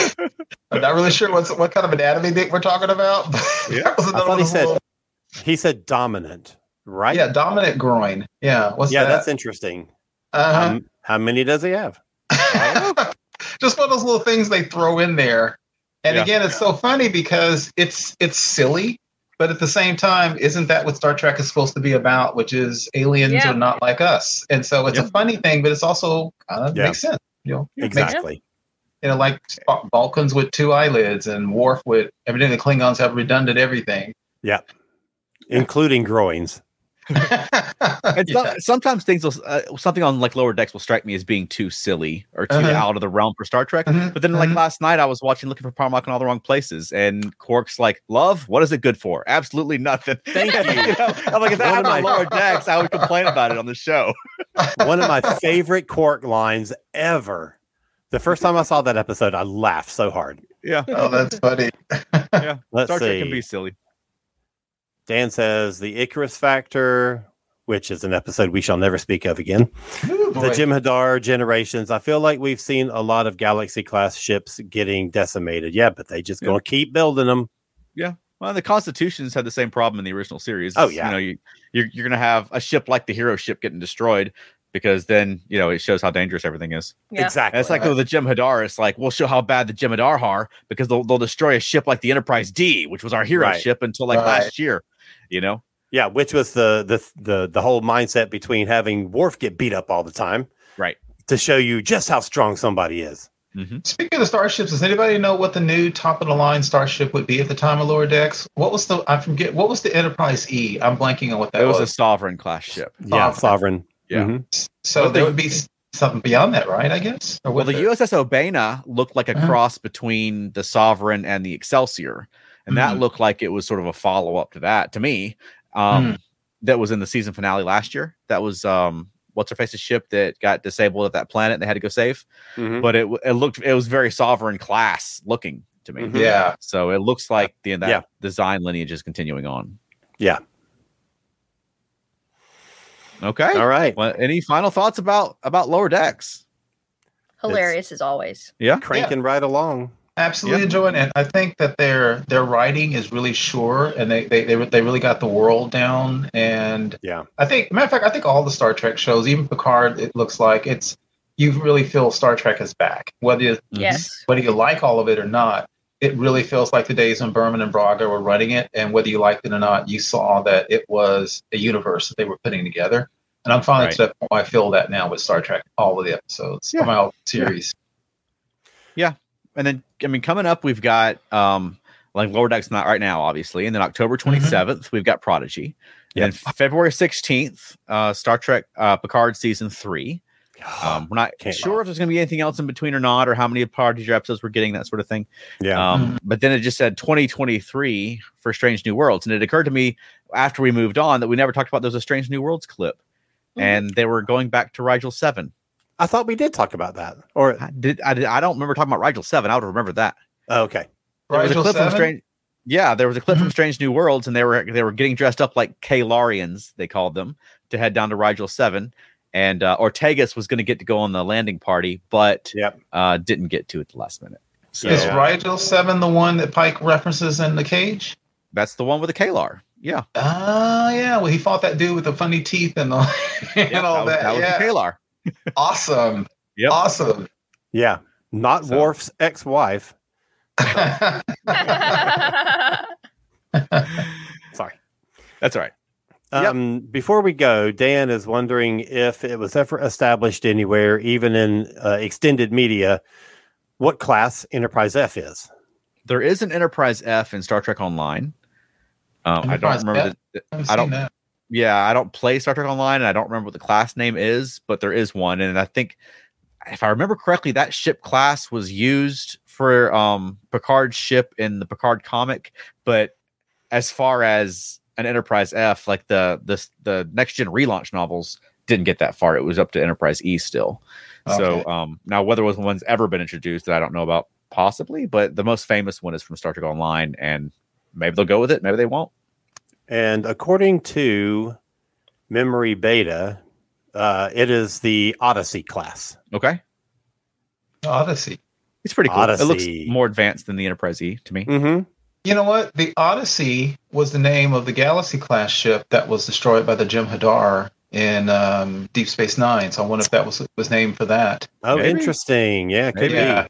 [SPEAKER 2] I'm not really sure what's what kind of anatomy dick we're talking about. but
[SPEAKER 1] Yeah.
[SPEAKER 2] that was
[SPEAKER 3] I
[SPEAKER 2] another
[SPEAKER 3] thought he
[SPEAKER 2] little-
[SPEAKER 3] said he said dominant, right?
[SPEAKER 2] yeah, dominant groin. Yeah, what's
[SPEAKER 3] yeah,
[SPEAKER 2] that?
[SPEAKER 3] that's interesting.
[SPEAKER 2] uh-huh.
[SPEAKER 1] Um,
[SPEAKER 3] How, how many does he have?
[SPEAKER 2] just one of those little things they throw in there. And
[SPEAKER 1] Yeah.
[SPEAKER 2] again, it's so funny because it's it's silly, but at the same time, isn't that what Star Trek is supposed to be about? Which is aliens
[SPEAKER 4] Yeah.
[SPEAKER 2] are not like us, and so it's a
[SPEAKER 1] Yep.
[SPEAKER 2] funny thing, but it's also kind of
[SPEAKER 3] Yeah.
[SPEAKER 2] makes sense. You know,
[SPEAKER 3] Exactly.
[SPEAKER 2] you know, like Spock- Vulcans with two eyelids and Worf with evidently the Klingons have redundant everything.
[SPEAKER 3] Including groins.
[SPEAKER 1] And so-
[SPEAKER 2] Yeah.
[SPEAKER 1] sometimes things will, uh, something on like lower decks will strike me as being too silly or too
[SPEAKER 2] Uh-huh.
[SPEAKER 1] out of the realm for Star Trek.
[SPEAKER 2] Mhm,
[SPEAKER 1] But then, like
[SPEAKER 3] Mm-hmm.
[SPEAKER 2] mhm.
[SPEAKER 1] last night, I was watching looking for Parmac in all the wrong places, and Quark's like, "Love, what is it good for? Absolutely nothing."
[SPEAKER 3] Thank you.
[SPEAKER 1] know? I'm like, if that
[SPEAKER 3] One of
[SPEAKER 1] happened on
[SPEAKER 3] my-
[SPEAKER 1] lower decks, I would complain about it on the show.
[SPEAKER 3] One of my favorite Quark lines ever. The first time I saw that episode, I laughed so hard.
[SPEAKER 1] Yeah,
[SPEAKER 2] oh, that's funny.
[SPEAKER 3] Let's
[SPEAKER 1] Star
[SPEAKER 3] see.
[SPEAKER 1] Trek can be silly.
[SPEAKER 3] Dan says the Icarus Factor, which is an episode we shall never speak of again.
[SPEAKER 2] Ooh,
[SPEAKER 1] Oh,
[SPEAKER 3] The
[SPEAKER 2] boy.
[SPEAKER 3] Jim Hadar generations. I feel like we've seen a lot of Galaxy class ships getting decimated. Yeah, but they just
[SPEAKER 1] Yeah.
[SPEAKER 3] gonna keep building them.
[SPEAKER 1] Well, the Constitutions had the same problem in the original series.
[SPEAKER 3] Oh,
[SPEAKER 1] you
[SPEAKER 3] yeah.
[SPEAKER 1] know, you you're, you're gonna have a ship like the hero ship getting destroyed because then you know it shows how dangerous everything is.
[SPEAKER 4] Yeah.
[SPEAKER 3] Exactly.
[SPEAKER 1] And it's like with the Jim Hadar, it's like we'll show how bad the Jim Hadar are because they'll, they'll destroy a ship like the Enterprise D, which was our hero
[SPEAKER 3] Right.
[SPEAKER 1] ship until like
[SPEAKER 2] Right.
[SPEAKER 1] last year. You know,
[SPEAKER 3] yeah, which was the the the the whole mindset between having Worf get beat up all the time,
[SPEAKER 1] Right.
[SPEAKER 3] To show you just how strong somebody is.
[SPEAKER 2] Speaking of starships, does anybody know what the new top of the line starship would be at the time of Lower Decks? What was the I forget what was the Enterprise E? I'm blanking on what that
[SPEAKER 1] it was
[SPEAKER 2] was.
[SPEAKER 1] a sovereign class ship.
[SPEAKER 3] Yeah,
[SPEAKER 2] Sovereign.
[SPEAKER 3] sovereign.
[SPEAKER 1] Yeah.
[SPEAKER 3] Mhm.
[SPEAKER 2] so
[SPEAKER 1] but
[SPEAKER 2] there
[SPEAKER 1] the-
[SPEAKER 2] would be s- something beyond that, right? I guess. Or
[SPEAKER 1] Well,
[SPEAKER 2] would
[SPEAKER 1] the
[SPEAKER 2] there-
[SPEAKER 1] USS Obana looked like a
[SPEAKER 2] Uh-huh.
[SPEAKER 1] cross between the Sovereign and the Excelsior, and that
[SPEAKER 3] Mm-hmm.
[SPEAKER 2] Mhm.
[SPEAKER 1] looked like it was sort of a follow up to that to me. Um,
[SPEAKER 3] Mm.
[SPEAKER 1] That was in the season finale last year. That was um, what's her face's ship that got disabled at that planet. And they had to go save,
[SPEAKER 2] Mm-hmm.
[SPEAKER 3] Mhm.
[SPEAKER 1] but it w- it looked it was very Sovereign class looking to me.
[SPEAKER 3] Mhm.
[SPEAKER 2] Mm-hmm. yeah.
[SPEAKER 1] So it looks like the that
[SPEAKER 3] Yeah.
[SPEAKER 1] design lineage is continuing on.
[SPEAKER 3] Yeah.
[SPEAKER 1] Okay.
[SPEAKER 3] All right.
[SPEAKER 1] Well, any final thoughts about about lower decks?
[SPEAKER 4] Hilarious as always.
[SPEAKER 1] Yeah.
[SPEAKER 3] Cranking right along.
[SPEAKER 2] Absolutely
[SPEAKER 1] Yeah.
[SPEAKER 2] enjoying it. I think that their their writing is really sure, and they they they, re- they really got the world down. And
[SPEAKER 3] Yeah.
[SPEAKER 2] I think matter of fact, I think all the Star Trek shows, even Picard, it looks like it's you really feel Star Trek is back. Whether you
[SPEAKER 3] Mm-hmm.
[SPEAKER 4] Yes.
[SPEAKER 2] whether you like all of it or not, it really feels like the days when Berman and Braga were running it, and whether you liked it or not, you saw that it was a universe that they were putting together. And I'm finally to that point where I feel that now with Star Trek, all of the episodes,
[SPEAKER 1] Yeah.
[SPEAKER 2] from our series.
[SPEAKER 3] Mm-hmm.
[SPEAKER 1] And then I mean coming up we've got um like lower decks not right now, obviously. And then October
[SPEAKER 3] Mm-hmm.
[SPEAKER 1] 27th, we've got Prodigy. And then February 16th, uh Star Trek uh Picard season three. Um we're not
[SPEAKER 3] Ah, Can't
[SPEAKER 1] sure
[SPEAKER 3] wait.
[SPEAKER 1] if there's gonna be anything else in between or not, or how many Prodigy episodes we're getting, that sort of thing.
[SPEAKER 3] yeah.
[SPEAKER 1] Um, but then it just said 2023 for Strange New Worlds. And it occurred to me after we moved on that we never talked about those Strange New Worlds clip. And they were going back to Rigel 7.
[SPEAKER 3] I thought we did talk about that. Or
[SPEAKER 1] I did I, did, I don't remember talking about Rigel 7. I would remember that.
[SPEAKER 3] oh, okay.
[SPEAKER 1] There was a
[SPEAKER 2] Rigel
[SPEAKER 1] clip from
[SPEAKER 2] Seven? Mm-hmm.
[SPEAKER 1] Strange Yeah, there was a clip from Strange New Worlds and they were they were getting dressed up like Kalarians, they called them, to head down to Rigel 7. And uh, Ortegas was going to get to go on the landing party, but
[SPEAKER 3] Yep.
[SPEAKER 1] uh, didn't get to at the last minute. So
[SPEAKER 2] Is
[SPEAKER 3] Yeah.
[SPEAKER 2] Rigel Seven the one that Pike references in the cage?
[SPEAKER 1] that's the one with the Kalar. Yeah,
[SPEAKER 2] Ah, yeah. Well, he fought that dude with the funny teeth and, the, and
[SPEAKER 1] Yeah,
[SPEAKER 2] all that.
[SPEAKER 1] that was, that was
[SPEAKER 2] yeah.
[SPEAKER 1] the Kalar.
[SPEAKER 2] Awesome.
[SPEAKER 1] Yep.
[SPEAKER 2] Awesome.
[SPEAKER 3] Yeah. Not
[SPEAKER 1] So-
[SPEAKER 3] Worf's ex-wife. Sorry.
[SPEAKER 1] That's all right. Yep.
[SPEAKER 3] Um, Before we go, Dan is wondering if it was ever established anywhere, even in uh, extended media, what class Enterprise F is.
[SPEAKER 1] There is an Enterprise F in Star Trek Online. Um, I don't
[SPEAKER 2] Enterprise
[SPEAKER 1] remember.
[SPEAKER 2] F?
[SPEAKER 1] The, the-
[SPEAKER 2] I've
[SPEAKER 1] I don't-
[SPEAKER 2] seen that.
[SPEAKER 1] yeah, I don't play Star Trek Online, and I don't remember what the class name is, but there is one, and I think, if I remember correctly, that ship class was used for um, Picard's ship in the Picard comic. But as far as an Enterprise F, like the the the next gen relaunch novels, didn't get that far. It was up to Enterprise E still. So
[SPEAKER 2] Okay.
[SPEAKER 1] um, now whether one- one's ever been introduced, I don't know about possibly, but the most famous one is from Star Trek Online, and maybe they'll go with it, maybe they won't.
[SPEAKER 3] And according to Memory Beta, uh, it is the Odyssey class.
[SPEAKER 1] Okay,
[SPEAKER 2] Odyssey.
[SPEAKER 1] it's pretty cool. It
[SPEAKER 3] Odyssey.
[SPEAKER 1] looks more advanced than the Enterprise E to me.
[SPEAKER 3] Mm-hmm.
[SPEAKER 2] You know what? The Odyssey was the name of the Galaxy class ship that was destroyed by the Jim Hadar in um, Deep Space Nine. So I wonder if that was was named for that.
[SPEAKER 3] Oh,
[SPEAKER 1] Maybe.
[SPEAKER 3] interesting. Yeah, could
[SPEAKER 1] Maybe.
[SPEAKER 3] be.
[SPEAKER 2] Yeah.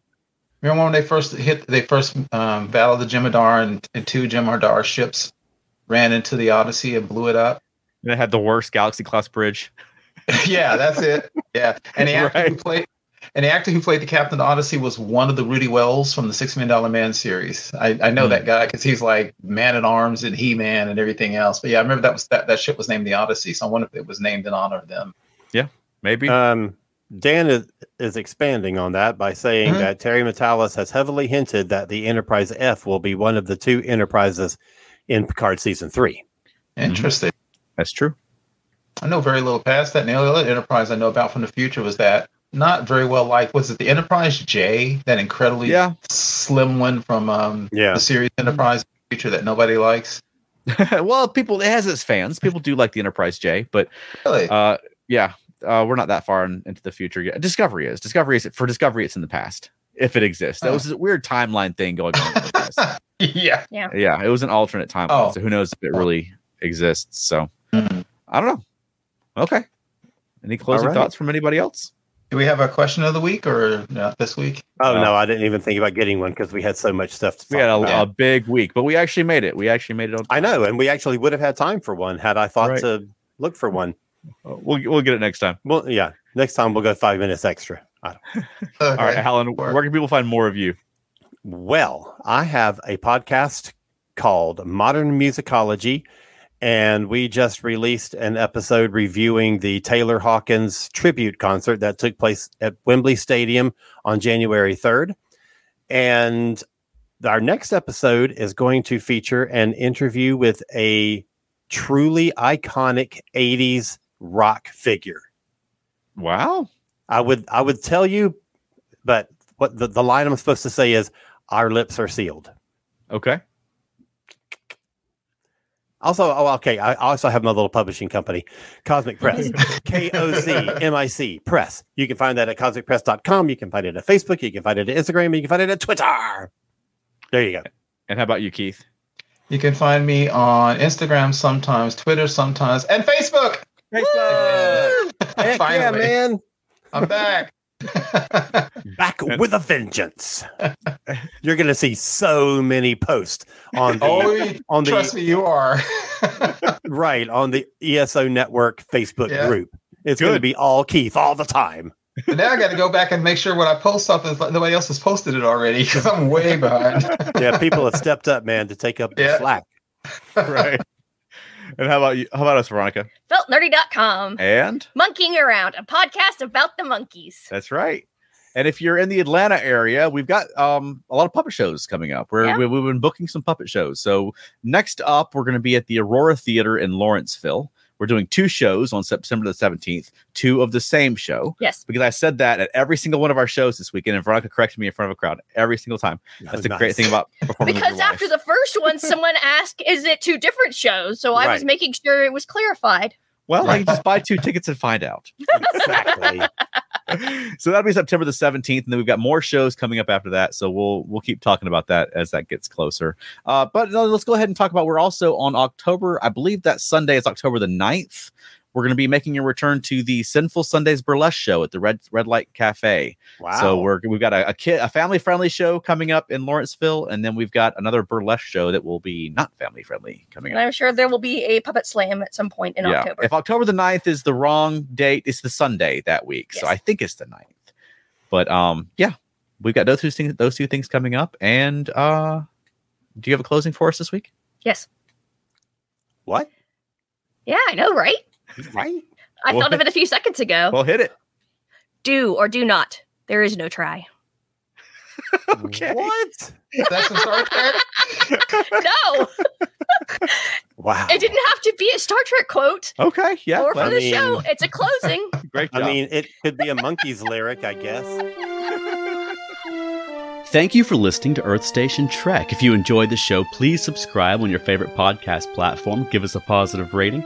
[SPEAKER 2] Remember when they first hit, they first um, battled the Jem'Hadar and, and two Jem'Hadar ships ran into the Odyssey and blew it up.
[SPEAKER 1] And it had the worst Galaxy class bridge.
[SPEAKER 2] yeah, that's it. Yeah, and the actor who
[SPEAKER 1] Right.
[SPEAKER 2] played and the actor who played the Captain Odyssey was one of the Rudy Wells from the Six Million Dollar Man series. I, I know
[SPEAKER 1] Hmm.
[SPEAKER 2] that guy because he's like Man at Arms and He Man and everything else. But yeah, I remember that was that that ship was named the Odyssey. So I wonder if it was named in honor of them.
[SPEAKER 1] Maybe
[SPEAKER 3] Um, Dan is, is expanding on that by saying
[SPEAKER 1] Mm-hmm.
[SPEAKER 2] Mhm.
[SPEAKER 3] that Terry Metalis has heavily hinted that the Enterprise F will be one of the two enterprises in Picard season three.
[SPEAKER 1] Mm-hmm.
[SPEAKER 2] Interesting.
[SPEAKER 1] that's true.
[SPEAKER 2] I know very little past that. And the only other Enterprise I know about from the future was that not very well liked. Was it the Enterprise J? That incredibly
[SPEAKER 1] Yeah.
[SPEAKER 2] slim one from um,
[SPEAKER 3] Yeah.
[SPEAKER 2] the series Enterprise Future that nobody likes.
[SPEAKER 1] well, people it has its fans. People do like the Enterprise J, but
[SPEAKER 2] Really?
[SPEAKER 1] uh, yeah, uh, we're not that far in, into the future yet. Discovery is Discovery is for Discovery. It's in the past if it exists. That was a weird timeline thing going on. with this.
[SPEAKER 2] yeah.
[SPEAKER 1] yeah, it was an alternate timeline,
[SPEAKER 2] Oh.
[SPEAKER 1] so who knows if it really exists? So
[SPEAKER 2] Mhm.
[SPEAKER 1] I don't know. Okay, any closing
[SPEAKER 3] right.
[SPEAKER 1] thoughts from anybody else?
[SPEAKER 2] Do we have a question of the week or not this week?
[SPEAKER 3] Oh
[SPEAKER 1] Wow.
[SPEAKER 3] no, I didn't even think about getting one because we had so much stuff to
[SPEAKER 1] We
[SPEAKER 3] talk
[SPEAKER 1] had
[SPEAKER 3] about.
[SPEAKER 1] a, a big week, but we actually made it. We actually made it. On,
[SPEAKER 3] I know, and we actually would have had time for one had I thought
[SPEAKER 1] Right.
[SPEAKER 3] to look for one.
[SPEAKER 1] we'll we'll get it next time.
[SPEAKER 3] Well, yeah, next time we'll go five minutes extra. I don't-
[SPEAKER 2] Okay.
[SPEAKER 1] All right, Alan,
[SPEAKER 2] Sure.
[SPEAKER 1] where can people find more of you?
[SPEAKER 3] Well, I have a podcast called Modern Musicology, and we just released an episode reviewing the Taylor Hawkins tribute concert that took place at Wembley Stadium on January 3rd. And our next episode is going to feature an interview with a truly iconic 80s rock figure.
[SPEAKER 1] Wow,
[SPEAKER 3] I would I would tell you, but what the, the line I'm supposed to say is our lips are sealed.
[SPEAKER 1] okay,
[SPEAKER 3] Also, oh, okay. I also have my little publishing company, Cosmic Press, K O Z M I C Press. You can find that at cosmicpress.com. You can find it at Facebook. You can find it at Instagram. You can find it at Twitter. There you go.
[SPEAKER 1] and how about you, Keith?
[SPEAKER 2] You can find me on Instagram sometimes, Twitter sometimes, and Facebook. uh,
[SPEAKER 3] Woo! Heck yeah,
[SPEAKER 2] Finally,
[SPEAKER 3] man.
[SPEAKER 2] I'm back.
[SPEAKER 3] Back with a vengeance. You're going to see so many posts on the,
[SPEAKER 2] oh, you-
[SPEAKER 3] on the
[SPEAKER 2] trust me, you are.
[SPEAKER 3] right on the ESO Network Facebook
[SPEAKER 2] Yeah.
[SPEAKER 3] group. It's going to
[SPEAKER 1] Good.
[SPEAKER 3] be all Keith all the time.
[SPEAKER 2] But now I got to go back and make sure when I post something, it's like nobody else has posted it already because I'm way behind.
[SPEAKER 3] Yeah, people have stepped up, man, to take up the
[SPEAKER 2] Yeah.
[SPEAKER 3] slack.
[SPEAKER 1] right. And how about you? How about us, Veronica?
[SPEAKER 4] Feltnerdy.com.
[SPEAKER 1] And
[SPEAKER 4] Monkeying Around, a podcast about the monkeys.
[SPEAKER 1] that's right. And if you're in the Atlanta area, we've got um, a lot of puppet shows coming up. We're,
[SPEAKER 4] Yeah.
[SPEAKER 1] we, we've been booking some puppet shows. So next up, we're going to be at the Aurora Theater in Lawrenceville. We're doing two shows on September the 17th, two of the same show.
[SPEAKER 4] Yes.
[SPEAKER 1] Because I said that at every single one of our shows this weekend, and Veronica corrected me in front of a crowd every single time. That's the great thing about performing. with
[SPEAKER 4] Because
[SPEAKER 1] your
[SPEAKER 4] after
[SPEAKER 1] wife.
[SPEAKER 4] the first one, someone asked, is it two different shows? So I was
[SPEAKER 3] Right.
[SPEAKER 4] making sure it was clarified.
[SPEAKER 1] well, I can just buy two tickets and find out.
[SPEAKER 3] exactly.
[SPEAKER 1] so that'll be September the 17th, and then we've got more shows coming up after that. So we'll we'll keep talking about that as that gets closer. Uh, but no, let's go ahead and talk about we're also on October, I believe that Sunday is October the 9th. We're going to be making a return to the Sinful Sundays burlesque show at the Red Red Light Cafe.
[SPEAKER 3] Wow.
[SPEAKER 1] So we're we've got a, a kid a family friendly show coming up in Lawrenceville, and then we've got another burlesque show that will be not family friendly coming
[SPEAKER 4] And
[SPEAKER 1] up.
[SPEAKER 4] I'm sure there will be a puppet slam at some point in October.
[SPEAKER 1] If October the 9th is the wrong date, it's the Sunday that week. So
[SPEAKER 4] Yes.
[SPEAKER 1] I think it's the 9th. But um yeah, we've got those two things those two things coming up. And uh do you have a closing for us this week?
[SPEAKER 4] yes.
[SPEAKER 3] what?
[SPEAKER 4] Yeah, I know, right?
[SPEAKER 3] Right?
[SPEAKER 4] I
[SPEAKER 1] Well,
[SPEAKER 4] thought of it a few seconds ago.
[SPEAKER 1] Well hit it.
[SPEAKER 4] do or do not. There is no try.
[SPEAKER 1] Okay.
[SPEAKER 3] What?
[SPEAKER 2] That's in Star Trek.
[SPEAKER 4] No,
[SPEAKER 3] Wow.
[SPEAKER 4] It didn't have to be a Star Trek quote
[SPEAKER 1] Okay, yeah,
[SPEAKER 4] or for
[SPEAKER 1] well,
[SPEAKER 4] the
[SPEAKER 3] mean-
[SPEAKER 4] show. It's a closing.
[SPEAKER 1] great job.
[SPEAKER 3] I mean, it could be a monkey's lyric, I guess.
[SPEAKER 1] Thank you for listening to Earth Station Trek. If you enjoyed the show, please subscribe on your favorite podcast platform. Give us a positive rating.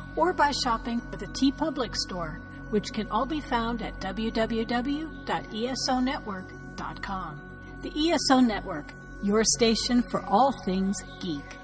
[SPEAKER 7] or by shopping at the T Public Store, which can all be found at E www.esonetwork.com. The ESO Network, your station for all things geek.